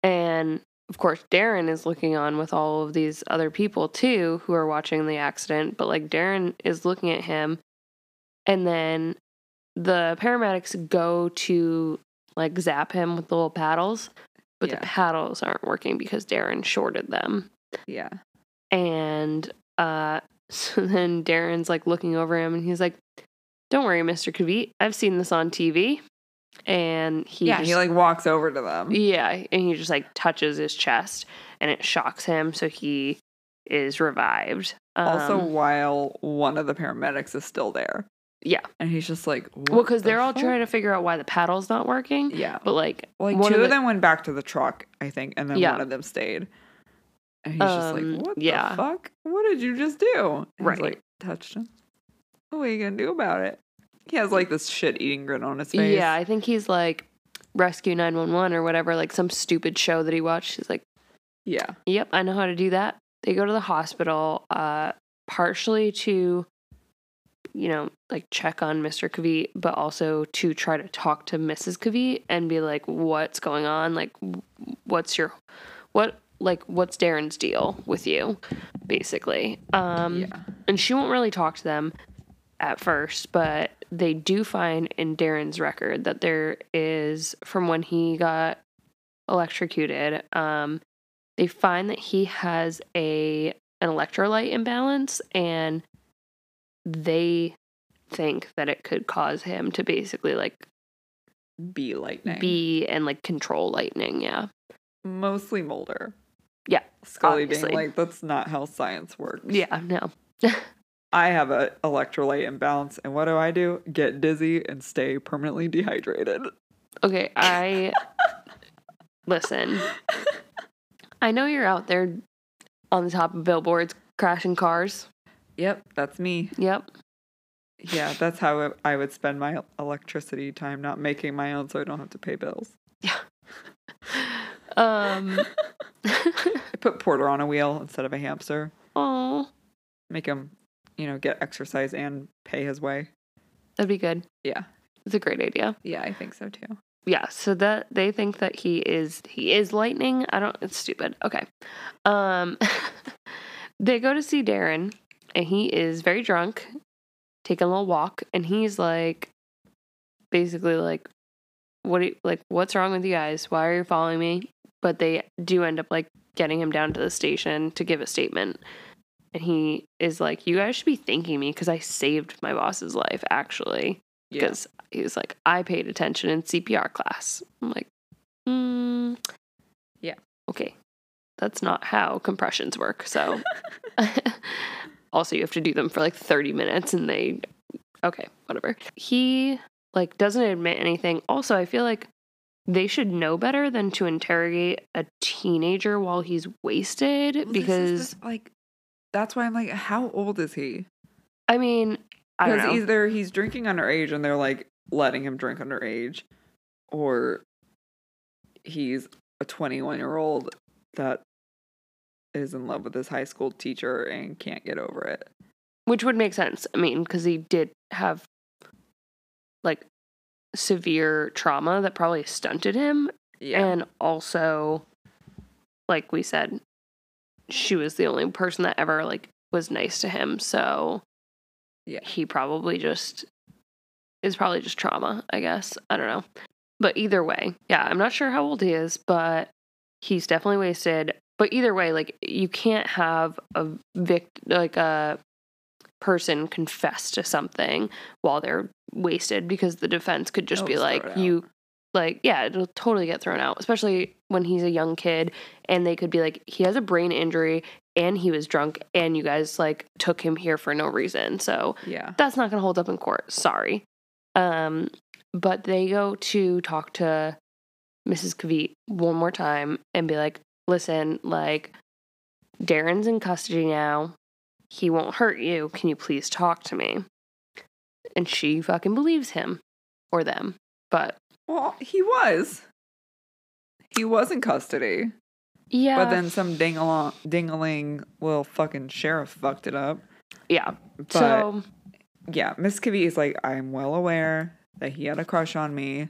S1: and of course, Darren is looking on with all of these other people too who are watching the accident, but like Darren is looking at him. And then the paramedics go to like zap him with the little paddles, but
S2: Yeah.
S1: the paddles aren't working because Darren shorted them.
S2: Yeah.
S1: And uh, so then Darren's like looking over him and he's like, Don't worry, Mr. Kavit. I've seen this on TV. And he
S2: yeah.
S1: just,
S2: he like walks over to them.
S1: yeah. And he just like touches his chest and it shocks him. So he is revived. Um,
S2: also, while one of the paramedics is still there.
S1: Yeah.
S2: And he's just like,
S1: well, because they're all trying to figure out why the paddle's not working.
S2: Yeah.
S1: But like,
S2: Like
S1: one
S2: two
S1: of
S2: of,
S1: the-
S2: them went back to the truck, I think, and then
S1: Yeah.
S2: one of them stayed. And he's just
S1: Um,
S2: like, "What
S1: yeah.
S2: the fuck? What did you just do?" And
S1: Right.
S2: He's like, touched him. What are you gonna do about it? He has like this shit-eating grin on his face.
S1: yeah, I think he's like Rescue 911 or whatever, like some stupid show that he watched. He's like,
S2: Yeah.
S1: Yep, I know how to do that. They go to the hospital, uh, partially to, you know, like check on Mr. Kavit, but also to try to talk to Mrs. Kavit and be like, what's going on? Like, w- what's your, what, like, what's Darren's deal with you, basically? Um,
S2: yeah.
S1: and she won't really talk to them at first, but they do find in Darren's record that there is from when he got electrocuted. Um, they find that he has a an electrolyte imbalance, and they think that it could cause him to basically like
S2: Bee lightning.
S1: be and like control lightning. Yeah,
S2: Mostly Mulder.
S1: Yeah,
S2: Scully
S1: obviously.
S2: being like, "That's not how science works."
S1: yeah, no,
S2: I have a electrolyte imbalance, and what do I do? Get dizzy and stay permanently dehydrated.
S1: Okay, I listen. I know you're out there on the top of billboards crashing cars.
S2: Yep, that's me.
S1: Yep.
S2: Yeah, that's how I- I would spend my electricity time, not making my own so I don't have to pay bills.
S1: Um
S2: I put Porter on a wheel instead of a hamster,
S1: Oh,
S2: make him, you know, get exercise and pay his way.
S1: that'd be good.
S2: Yeah.
S1: It's a great idea.
S2: Yeah, I think so too.
S1: Yeah, so that they think that he is he is lightning. I don't it's stupid. Okay. Um they go to see Darren and he is very drunk, taking a little walk, and he's like basically like what do you, like what's wrong with you guys? Why are you following me? But they do end up like getting him down to the station to give a statement. And he is like, You guys should be thanking me because I saved my boss's life, actually
S2: Yeah.
S1: because he was like, I paid attention in CPR class. I'm like, mm,
S2: Yeah.
S1: okay, that's not how compressions work. So, also, you have to do them for like 30 minutes, and they, okay, whatever. He like doesn't admit anything. Also, I feel like they should know better than to interrogate a teenager while he's wasted because
S2: like, that's why I'm like, how old is he?
S1: I mean, I don't know.
S2: Because either he's drinking underage and they're like letting him drink underage, or he's a 21 year old that is in love with his high school teacher and can't get over it.
S1: which would make sense. I mean, because he did have like severe trauma that probably stunted him,
S2: Yeah.
S1: and also, like we said, she was the only person that ever like was nice to him. So,
S2: Yeah.
S1: he probably just is probably just trauma. I guess I don't know, but either way, yeah, I'm not sure how old he is, but he's definitely wasted. But either way, like you can't have a vict like a person confess to something while they're wasted because the defense could just
S2: They'll
S1: be
S2: just throw
S1: like
S2: it out.
S1: you like yeah, it'll totally get thrown out, especially when he's a young kid and they could be like he has a brain injury and he was drunk and you guys like took him here for no reason. So
S2: yeah.
S1: that's not going to hold up in court. Sorry. Um, but they go to talk to Mrs. Kavit one more time and be like, listen, like, Darren's in custody now. He won't hurt you. Can you please talk to me? And she fucking believes him or them. But
S2: Well, he was. He was in custody,
S1: yeah.
S2: but then some ding ding-a-ling little fucking sheriff fucked it up.
S1: yeah.
S2: But
S1: so,
S2: yeah, Miss Kavy is like, I'm well aware that he had a crush on me.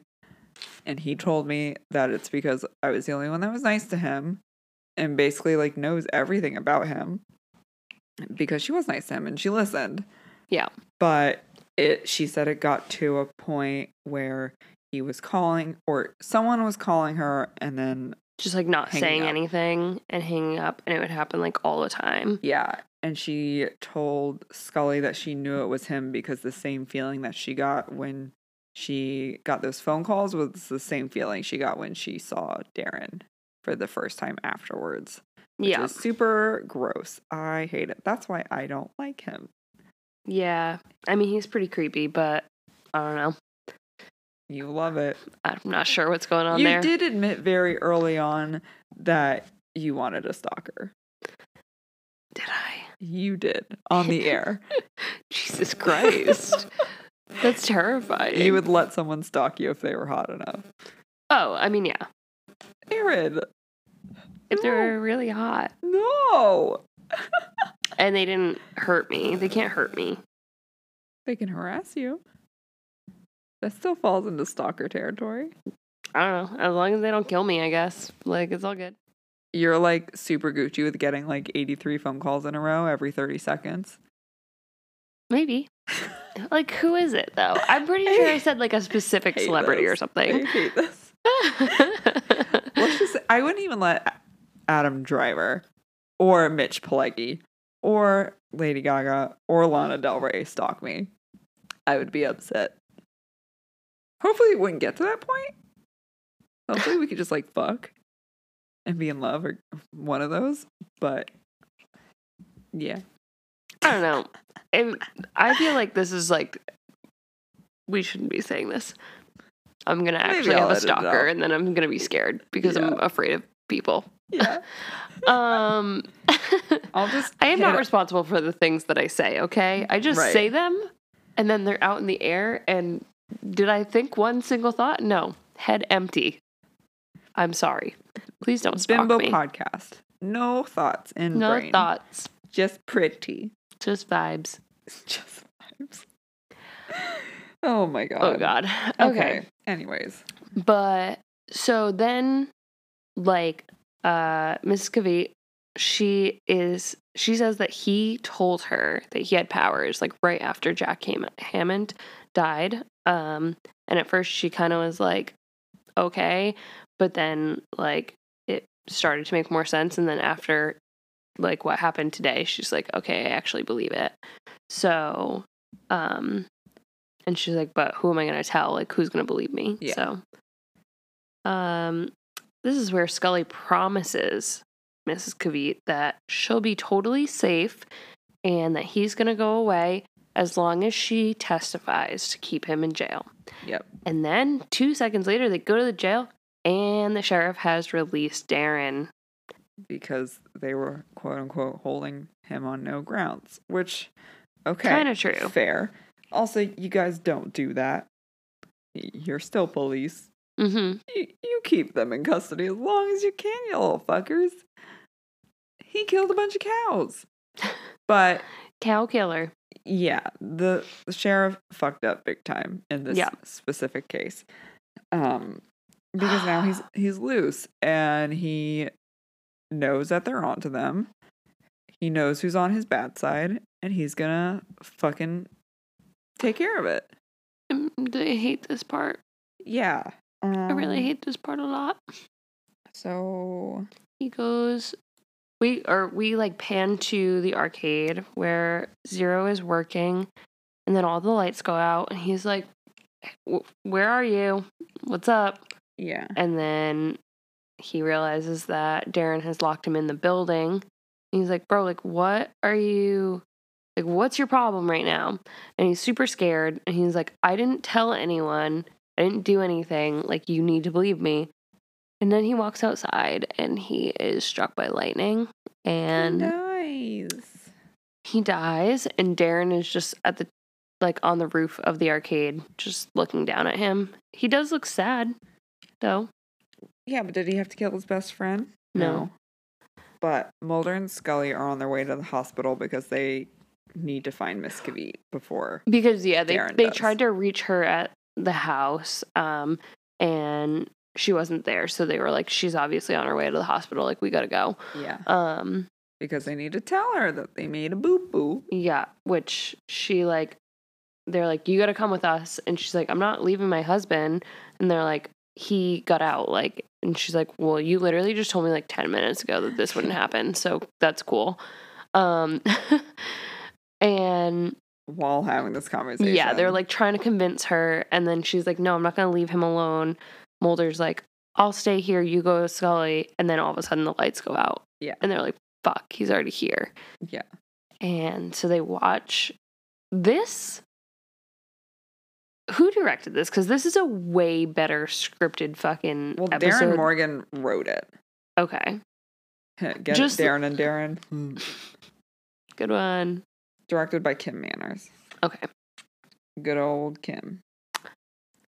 S2: And he told me that it's because I was the only one that was nice to him. and basically like knows everything about him because she was nice to him and she listened.
S1: Yeah.
S2: But it she said it got to a point where he was calling or someone was calling her and then
S1: Just like not
S2: Hanging
S1: saying
S2: up.
S1: anything and hanging up, and it would happen like all the time.
S2: yeah, and she told Scully that she knew it was him because the same feeling that she got when she got those phone calls was the same feeling she got when she saw Darren for the first time afterwards. which
S1: yeah,
S2: is super gross. I hate it. That's why I don't like him.
S1: yeah. I mean, he's pretty creepy, but I don't know.
S2: You love it.
S1: I'm not sure what's going on
S2: you
S1: there.
S2: did admit very early on that you wanted a stalker.
S1: Did I?
S2: You did on the air.
S1: Jesus Christ, that's terrifying.
S2: you would let someone stalk you if they were hot enough.
S1: Oh, I mean, yeah.
S2: Aaron,
S1: If they
S2: No.
S1: were really hot
S2: no.
S1: and they didn't hurt me, they can't hurt me.
S2: They can harass you. That still falls into stalker territory.
S1: I don't know. As long as they don't kill me, I guess. Like it's all good.
S2: You're like super Gucci with getting like 83 phone calls in a row every 30 seconds.
S1: Maybe. Like who is it though? I'm pretty sure I said like a specific
S2: Hate
S1: celebrity
S2: this.
S1: or
S2: I
S1: something.
S2: hate this. Let's just. I wouldn't even let Adam Driver or Mitch Pileggi or Lady Gaga or Lana Del Rey stalk me. I would be upset. Hopefully, it wouldn't get to that point. Hopefully, we could just like fuck and be in love or one of those. But yeah,
S1: I don't know. And I feel like this is like we shouldn't be saying this. I'm gonna
S2: Maybe
S1: actually
S2: I'll
S1: have a
S2: edit it out.
S1: stalker and then I'm gonna be scared because I'm afraid of people.
S2: yeah.
S1: Um
S2: I'll just.
S1: I am
S2: hit
S1: not
S2: up-
S1: responsible for the things that I say, okay? I just
S2: Right.
S1: say them and then they're out in the air. And did I think one single thought? No. Head empty. I'm sorry. Please don't stalk
S2: Bimbo
S1: me.
S2: podcast. No thoughts in
S1: no
S2: brain.
S1: thoughts,
S2: Just pretty.
S1: just vibes.
S2: just vibes. Oh my god.
S1: Oh, God. Okay.
S2: Anyways,
S1: But so then, like, uh, Mrs. Cavite, she is, she says that he told her that he had powers, like, right after Jack Ham- Hammond died. Um, and at first she kind of was like, okay. But then, like, it started to make more sense. And then after, like, what happened today, she's like, okay, I actually believe it. So, um, and she's like, but who am I going to tell? Like, who's going to believe me?
S2: Yeah.
S1: So, um, this is where Scully promises Mrs. Cavite that she'll be totally safe and that he's going to go away as long as she testifies to keep him in jail.
S2: Yep.
S1: And then two seconds later, they go to the jail and the sheriff has released Darren.
S2: because they were quote unquote holding him on no grounds, which okay,
S1: Kind of true.
S2: fair. Also, you guys don't do that. Y- You're still police.
S1: hmm
S2: You, you keep them in custody as long as you can, you little fuckers. He killed a bunch of cows. But
S1: Cow killer.
S2: yeah, the, the sheriff fucked up big time in this
S1: Yeah.
S2: specific case. Um because now he's he's loose and he knows that they're onto them. He knows who's on his bad side and he's going to fucking take care of it.
S1: Mm, I hate this part.
S2: Yeah.
S1: I really
S2: um,
S1: hate this part a lot.
S2: So
S1: he goes we or we like pan to the arcade where zero is working and then all the lights go out and he's like "Wh- where are you what's up
S2: yeah.
S1: and then he realizes that darren has locked him in the building and he's like bro like what are you like what's your problem right now and he's super scared and he's like i didn't tell anyone i didn't do anything like you need to believe me and then he walks outside and he is struck by lightning and
S2: nice.
S1: he dies and darren is just at the like on the roof of the arcade just looking down at him he does look sad though
S2: Yeah, but did he have to kill his best friend?
S1: no.
S2: But Mulder and Scully are on their way to the hospital because they need to find Miss Cavite before.
S1: because yeah they
S2: Darren
S1: they
S2: does.
S1: tried to reach her at the house um and she wasn't there. So they were like, she's obviously on her way to the hospital. Like, we got to go.
S2: Yeah.
S1: Um,
S2: Because they need to tell her that they made a boop boop.
S1: yeah, which she like, they're like, you got to come with us. And she's like, I'm not leaving my husband. And they're like, he got out. Like, and she's like, well, you literally just told me like 10 minutes ago that this wouldn't happen. So that's cool. Um, and
S2: while having this conversation.
S1: Yeah, they're like trying to convince her, and then she's like, "No, I'm not going to leave him alone." Mulder's like, "I'll stay here. You go, Scully." And then all of a sudden, the lights go out.
S2: Yeah.
S1: and they're like, "Fuck, he's already here."
S2: Yeah.
S1: and so they watch this. Who directed this? Because this is a way better scripted fucking
S2: Well,
S1: episode.
S2: Darren Morgan wrote it.
S1: Okay,
S2: Get
S1: Just-
S2: it? Darren and Darren.
S1: good one.
S2: Directed by Kim Manners.
S1: Okay.
S2: Good old Kim.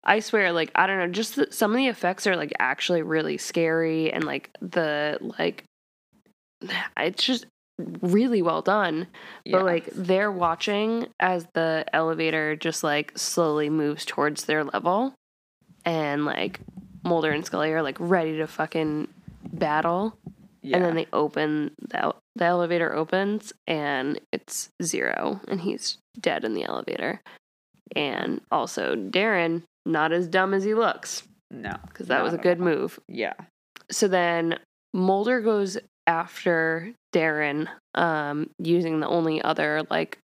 S1: I swear, like I don't know, just the, some of the effects are like actually really scary, and like the like, it's just really well done.
S2: Yeah.
S1: But like they're watching as the elevator just like slowly moves towards their level, and like Mulder and Scully are like ready to fucking battle,
S2: yeah.
S1: and then they open the el- the elevator opens and it's zero, and he's dead in the elevator, and also Darren not as dumb as he looks
S2: no.
S1: because that
S2: not
S1: was a
S2: at
S1: good
S2: all.
S1: move.
S2: Yeah.
S1: So then Mulder goes after Darren um, using the only other, like,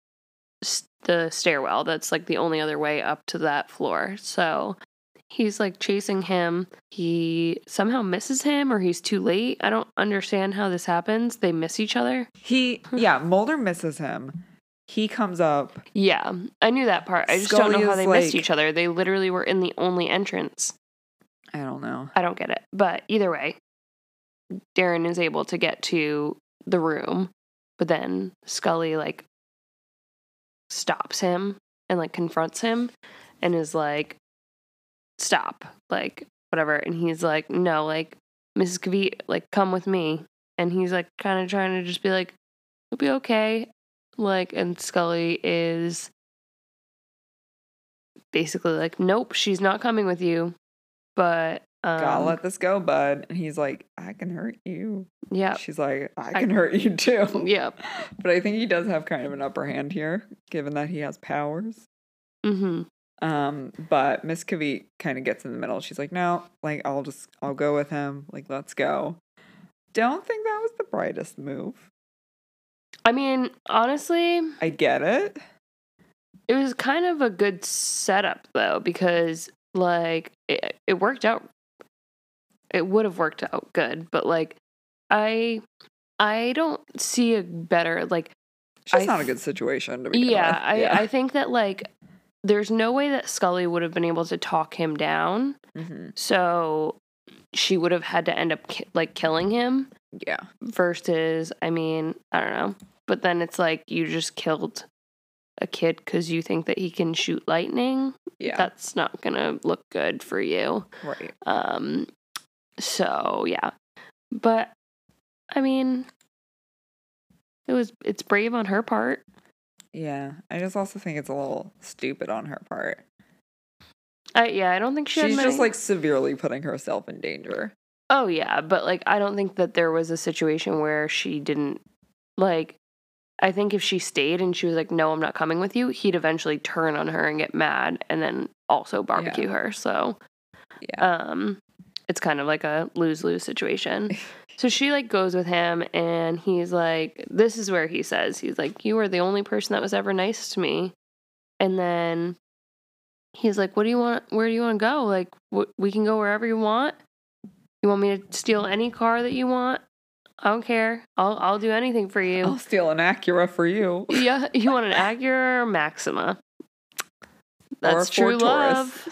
S1: s the stairwell that's like the only other way up to that floor. So he's like chasing him. He somehow misses him or he's too late. I don't understand how this happens. They miss each other.
S2: He, yeah, Mulder misses him. He comes up.
S1: Yeah, I knew that part. I just don't
S2: Scully
S1: know how
S2: is
S1: they missed
S2: like-
S1: each other. They literally were in the only entrance.
S2: I don't know.
S1: I don't get it. But either way, Darren is able to get to the room, but then Scully like stops him and like confronts him and is like, stop, like whatever. And he's like, no, like Mrs. Kavit, like come with me. And he's like kind of trying to just be like, it'll be okay. Like, and Scully is basically like, nope, she's not coming with you. But um,
S2: Gotta let this go, bud. And he's like, I can hurt you.
S1: yeah,
S2: She's like, I
S1: I-
S2: can hurt you too.
S1: yeah.
S2: But I think he does have kind of an upper hand here, given that he has powers.
S1: Mm-hmm.
S2: Um, but Miss Kavit kind of gets in the middle. She's like, "No, like I'll just I'll go with him. Like let's go." Don't think that was the brightest move.
S1: I mean, honestly,
S2: I get it.
S1: it was kind of a good setup though because like it, it worked out. It would have worked out good, but like I I don't see a better like
S2: It's just
S1: I
S2: not a
S1: th-
S2: good situation to be.
S1: yeah, I I think that like there's no way that Scully would have been able to talk him down.
S2: hmm
S1: So she would have had to end up ki- like killing him
S2: yeah.
S1: versus i mean i don't know but then it's like you just killed a kid because you think that he can shoot lightning
S2: Yeah.
S1: that's not gonna look good for you
S2: right.
S1: um so yeah but i mean it was it's brave on her part
S2: Yeah. I just also think it's a little stupid on her part.
S1: I, yeah i don't think she had
S2: She's just
S1: many-
S2: like severely putting herself in danger.
S1: Oh yeah, but like I don't think that there was a situation where she didn't like I think if she stayed and she was like, "No, I'm not coming with you," he'd eventually turn on her and get mad and then also barbecue her. So,
S2: Yeah.
S1: um it's kind of like a lose-lose situation. so she like goes with him and he's like this is where he says he's like, "You were the only person that was ever nice to me." And then he's like, "What do you want? Where do you want to go? Like wh- we can go wherever you want." You want me to steal any car that you want? I don't care. I'll I'll do anything for
S2: I'll
S1: you.
S2: steal an Acura for you.
S1: yeah, you want an Acura or Maxima?
S2: Or
S1: That's
S2: a
S1: true
S2: Ford Taurus.
S1: love.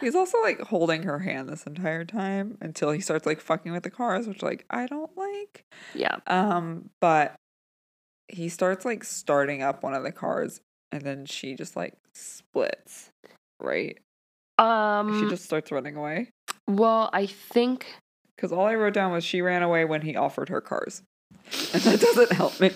S2: He's also like holding her hand this entire time until he starts like fucking with the cars, which like I don't like.
S1: Yeah,
S2: Um, but he starts like starting up one of the cars and then she just like splits, right?
S1: Um.
S2: she just starts running away.
S1: well, I think
S2: Cause all I wrote down was she ran away when he offered her cars. And that doesn't help me.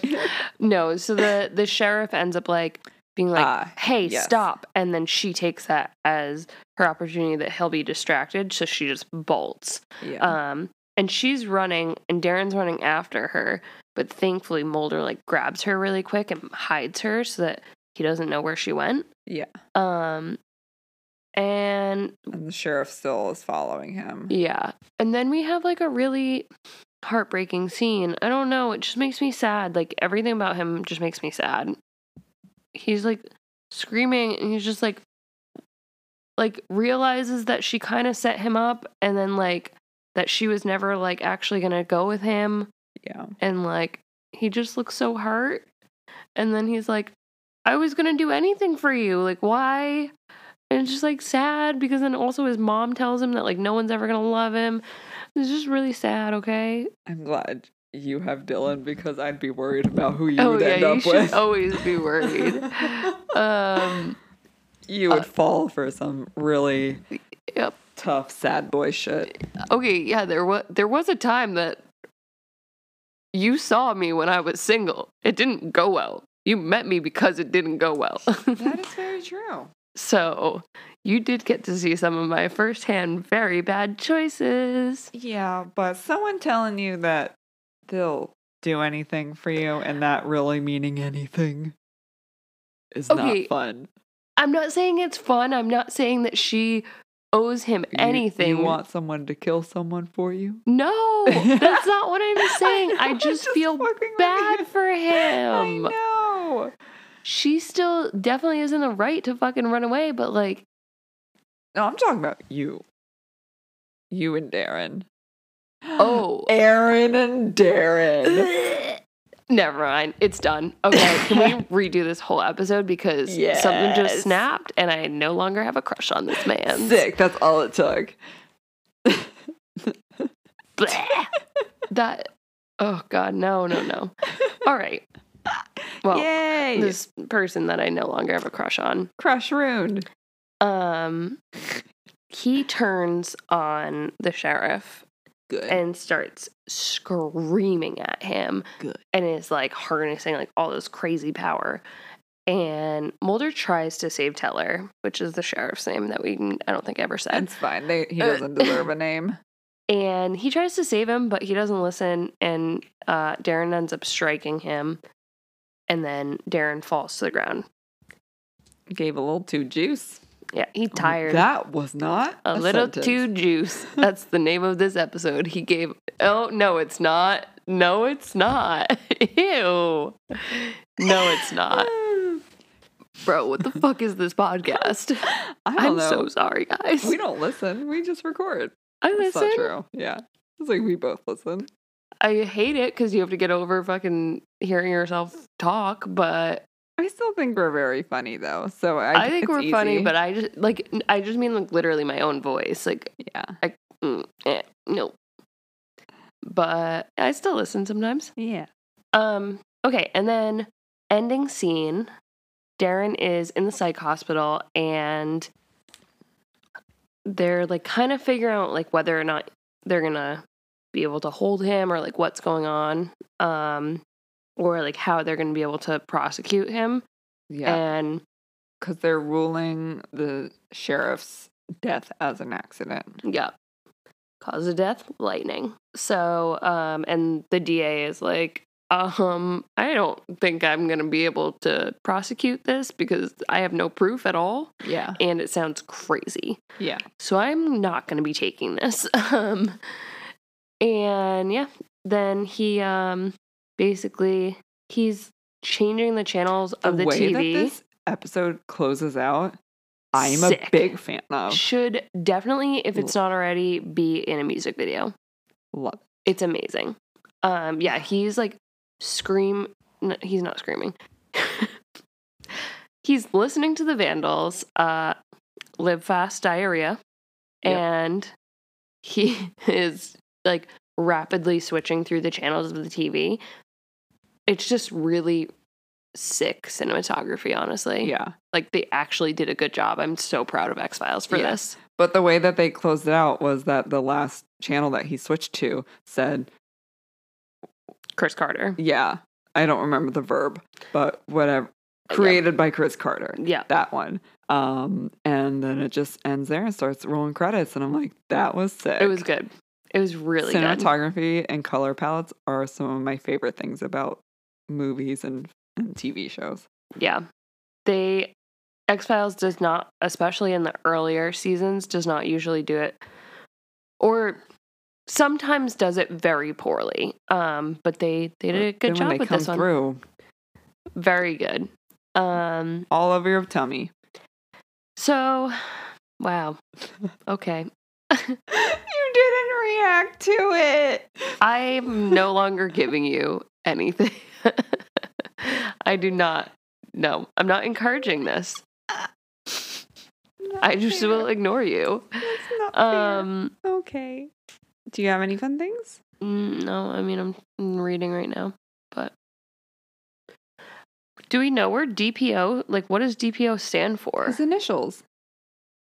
S1: no. So the the sheriff ends up like being like,
S2: Ah,
S1: hey,
S2: yes.
S1: stop. And then she takes that as her opportunity that he'll be distracted. So she just bolts.
S2: Yeah.
S1: Um, and she's running, and Darren's running after her. But thankfully, Mulder like grabs her really quick and hides her so that he doesn't know where she went.
S2: Yeah.
S1: Um, and
S2: and the sheriff still is following him.
S1: yeah. And then we have like a really heartbreaking scene. I don't know. It just makes me sad. Like everything about him just makes me sad. He's like screaming and he's just like, like realizes that she kind of set him up and then like that she was never like actually going to go with him
S2: Yeah.
S1: and like he just looks so hurt and then he's like i was gonna do anything for you like why and it's just like sad because then also his mom tells him that like no one's ever gonna love him it's just really sad okay
S2: I'm glad you have Dylan because I'd be worried about who you
S1: oh
S2: would
S1: yeah
S2: end
S1: you
S2: up
S1: should
S2: with.
S1: always be worried um
S2: you would fall for some really
S1: yep
S2: tough sad boy shit.
S1: okay yeah there was there was a time that you saw me when i was single it didn't go well you met me because it didn't go well
S2: That is very true.
S1: So you did get to see some of my firsthand very bad choices.
S2: Yeah, but someone telling you that they'll do anything for you and that really meaning anything is
S1: Okay,
S2: not fun.
S1: I'm not saying it's fun. I'm not saying that she owes him
S2: You-
S1: anything.
S2: You want someone to kill someone for you?
S1: no, that's not what I'm saying. I,
S2: know, it
S1: just, feel
S2: fucking
S1: bad
S2: reminds-
S1: for him.
S2: I know.
S1: She still definitely is in the right to fucking run away, but like,
S2: No, I'm talking about you. You and Darren.
S1: oh,
S2: Aaron and Darren.
S1: never mind. It's done. Okay, can we redo this whole episode because something just
S2: Yes.
S1: snapped and I no longer have a crush on this man.
S2: Sick. That's all it took.
S1: Bleh. that oh god no no no all right well
S2: Yay.
S1: this person that i no longer have a crush on
S2: crush ruined.
S1: um he turns on the sheriff
S2: Good.
S1: and starts screaming at him
S2: Good.
S1: and is like harnessing like all this crazy power and mulder tries to save teller which is the sheriff's name that we i don't think ever said
S2: That's fine. They, he
S1: Uh,
S2: doesn't deserve a name.
S1: and he tries to save him, but he doesn't listen. And uh, Darren ends up striking him, and then Darren falls to the ground.
S2: Gave a little too juice.
S1: Yeah, he tired.
S2: That was not
S1: a little
S2: sentence.
S1: too juice. That's the name of this episode. He gave. Oh no, it's not. No, it's not. Ew. No, it's not. Bro, what the fuck is this podcast?
S2: I don't
S1: I'm
S2: know.
S1: so sorry, guys.
S2: we don't listen. We just record.
S1: I
S2: That's
S1: listen.
S2: not true. Yeah. It's like we both listen.
S1: I hate it because you have to get over fucking hearing yourself talk, but
S2: I still think we're very funny though. So I,
S1: I, think
S2: it's
S1: we're funny,
S2: easy.
S1: but I just like n- I just mean like literally my own voice. Like
S2: yeah.
S1: mm, eh, no, but I still listen sometimes.
S2: Yeah.
S1: Um. Okay, and then ending scene. Darren is in the psych hospital, and they're like kind of figuring out like whether or not they're gonna be able to hold him or like what's going on, um, or like how they're gonna be able to prosecute him.
S2: Yeah.
S1: And
S2: Because they're ruling the sheriff's death as an accident.
S1: Yeah. Cause of death, lightning. So, um, and the DA is like, um, I don't think I'm gonna be able to prosecute this because I have no proof at all,
S2: Yeah.
S1: and it sounds crazy.
S2: Yeah.
S1: So I'm not gonna be taking this. Um, and yeah, then he, um, basically he's changing the channels
S2: The
S1: of the
S2: way
S1: TV.
S2: that this episode closes out, I'm a
S1: Sick.
S2: big fan of.
S1: should definitely, if it's not already, be in a music video.
S2: Love.
S1: it's amazing. Um, yeah, he's like scream. No, he's not screaming. he's listening to the Vandals, uh, "Live Fast Diarrhea,"
S2: Yep.
S1: and he is like rapidly switching through the channels of the TV. It's just really sick cinematography, honestly.
S2: Yeah.
S1: Like they actually did a good job. I'm so proud of X Files for
S2: Yeah.
S1: this.
S2: But the way that they closed it out was that the last channel that he switched to said,
S1: Chris Carter.
S2: yeah, I don't remember the verb, but whatever. created by Chris Carter.
S1: Yeah.
S2: That one. Um, and then it just ends there and starts rolling credits. And I'm like, that was sick.
S1: It was good. It was really good.
S2: Cinematography and color palettes are some of my favorite things about movies and, and TV shows.
S1: Yeah. They X Files does not, especially in the earlier seasons, does not usually do it or sometimes does it very poorly. Um, but they they did a
S2: Then
S1: good job
S2: when they
S1: with
S2: come
S1: this one.
S2: through,
S1: Very good. Um
S2: all over your tummy.
S1: so wow. Okay.
S2: you didn't react to it.
S1: I'm no longer giving you anything. I do not no, I'm not encouraging this. I just will ignore you. Um
S2: okay. Do you have any fun things?
S1: Mm, No, I mean I'm, I'm reading right now, but do we know where DPO like what does DPO stand for?
S2: His initials,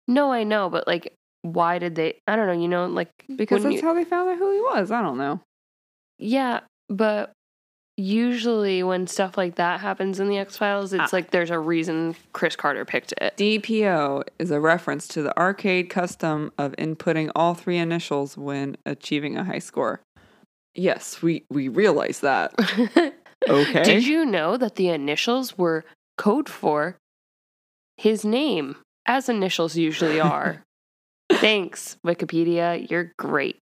S1: no, I know, but like why did they? I don't know. You know, like
S2: because
S1: when
S2: that's
S1: you-
S2: how they found out who he was. I don't know.
S1: yeah, but usually when stuff like that happens in the X Files, it's
S2: Ah.
S1: like there's a reason Chris Carter picked it.
S2: DPO is a reference to the arcade custom of inputting all three initials when achieving a high score. Yes, we we realize that. Okay.
S1: Did you know that the initials were code for his name, as initials usually are? Thanks, Wikipedia. You're great.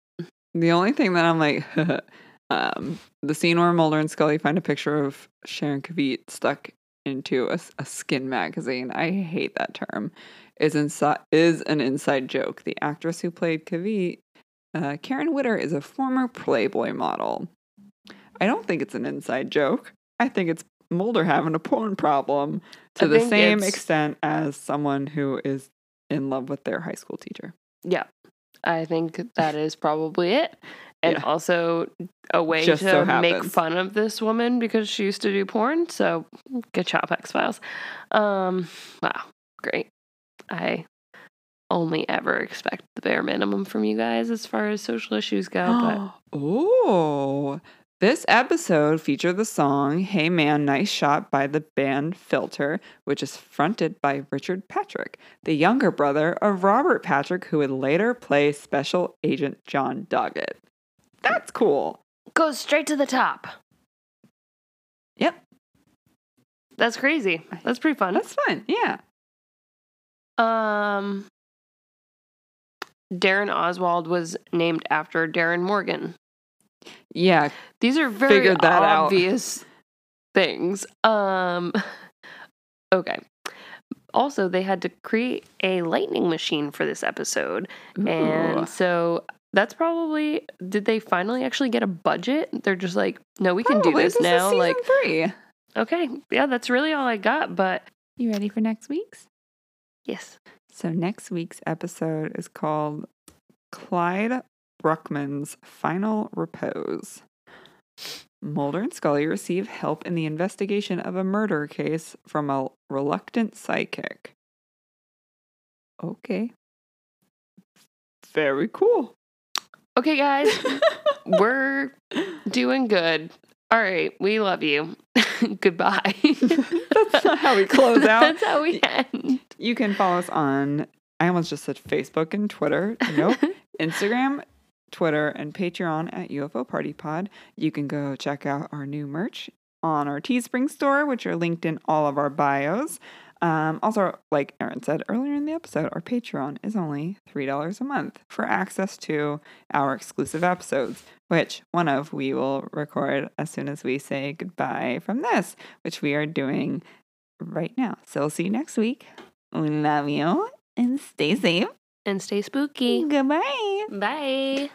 S2: The only thing that I'm like, um, the scene where Mulder and Scully find a picture of Sharon Kavit stuck into a, s- a skin magazine. I hate that term. Is inside is an inside joke. The actress who played Kavit, uh, Karen Witter, is a former Playboy model. I don't think it's an inside joke. I think it's Mulder having a porn problem to
S1: I
S2: the
S1: think
S2: same
S1: it's-
S2: extent as someone who is in love with their high school teacher.
S1: Yeah, I think that is probably it. And
S2: Yeah.
S1: also a way
S2: Just
S1: to
S2: so
S1: make
S2: happens.
S1: fun of this woman because she used to do porn. So good job, X Files. Um, wow, great. I only ever expect the bare minimum from you guys as far as social issues go. But
S2: oh, this episode featured the song Hey Man, Nice Shot by the band Filter, which is fronted by Richard Patrick, the younger brother of Robert Patrick, who would later play Special Agent John Doggett. That's cool.
S1: goes straight to the top.
S2: Yep.
S1: That's crazy. That's pretty fun.
S2: That's fun. Yeah.
S1: Um, Darren Oswald was named after Darren Morgan.
S2: Yeah.
S1: These are very
S2: Figured that out.
S1: obvious things. Um, okay. Also, they had to create a lightning machine for this episode,
S2: Ooh.
S1: and so that's probably did they finally actually get a budget? They're just like, no, we can do
S2: Probably
S1: this,
S2: Oh, is
S1: now.
S2: season
S1: Like,
S2: three.
S1: okay, yeah, that's really all I got. But
S2: You ready for next week's?
S1: yes,
S2: So next week's episode is called Clyde Bruckman's Final Repose. Mulder and Scully receive help in the investigation of a murder case from a reluctant psychic. Okay. Very cool.
S1: okay, guys, we're doing good. All right, we love you. Goodbye.
S2: That's not how we close out.
S1: That's how we end.
S2: You can follow us on, I almost just said Facebook and Twitter. Nope. Instagram, Twitter, and Patreon at UFO Party Pod. You can go check out our new merch on our Teespring store, which are linked in all of our bios. Um, also, like Erin said earlier in the episode, our Patreon is only $3 a month for access to our exclusive episodes, which one of we will record as soon as we say goodbye from this, which we are doing right now. So we'll see you next week. We love you and stay safe.
S1: and stay spooky.
S2: Goodbye.
S1: Bye.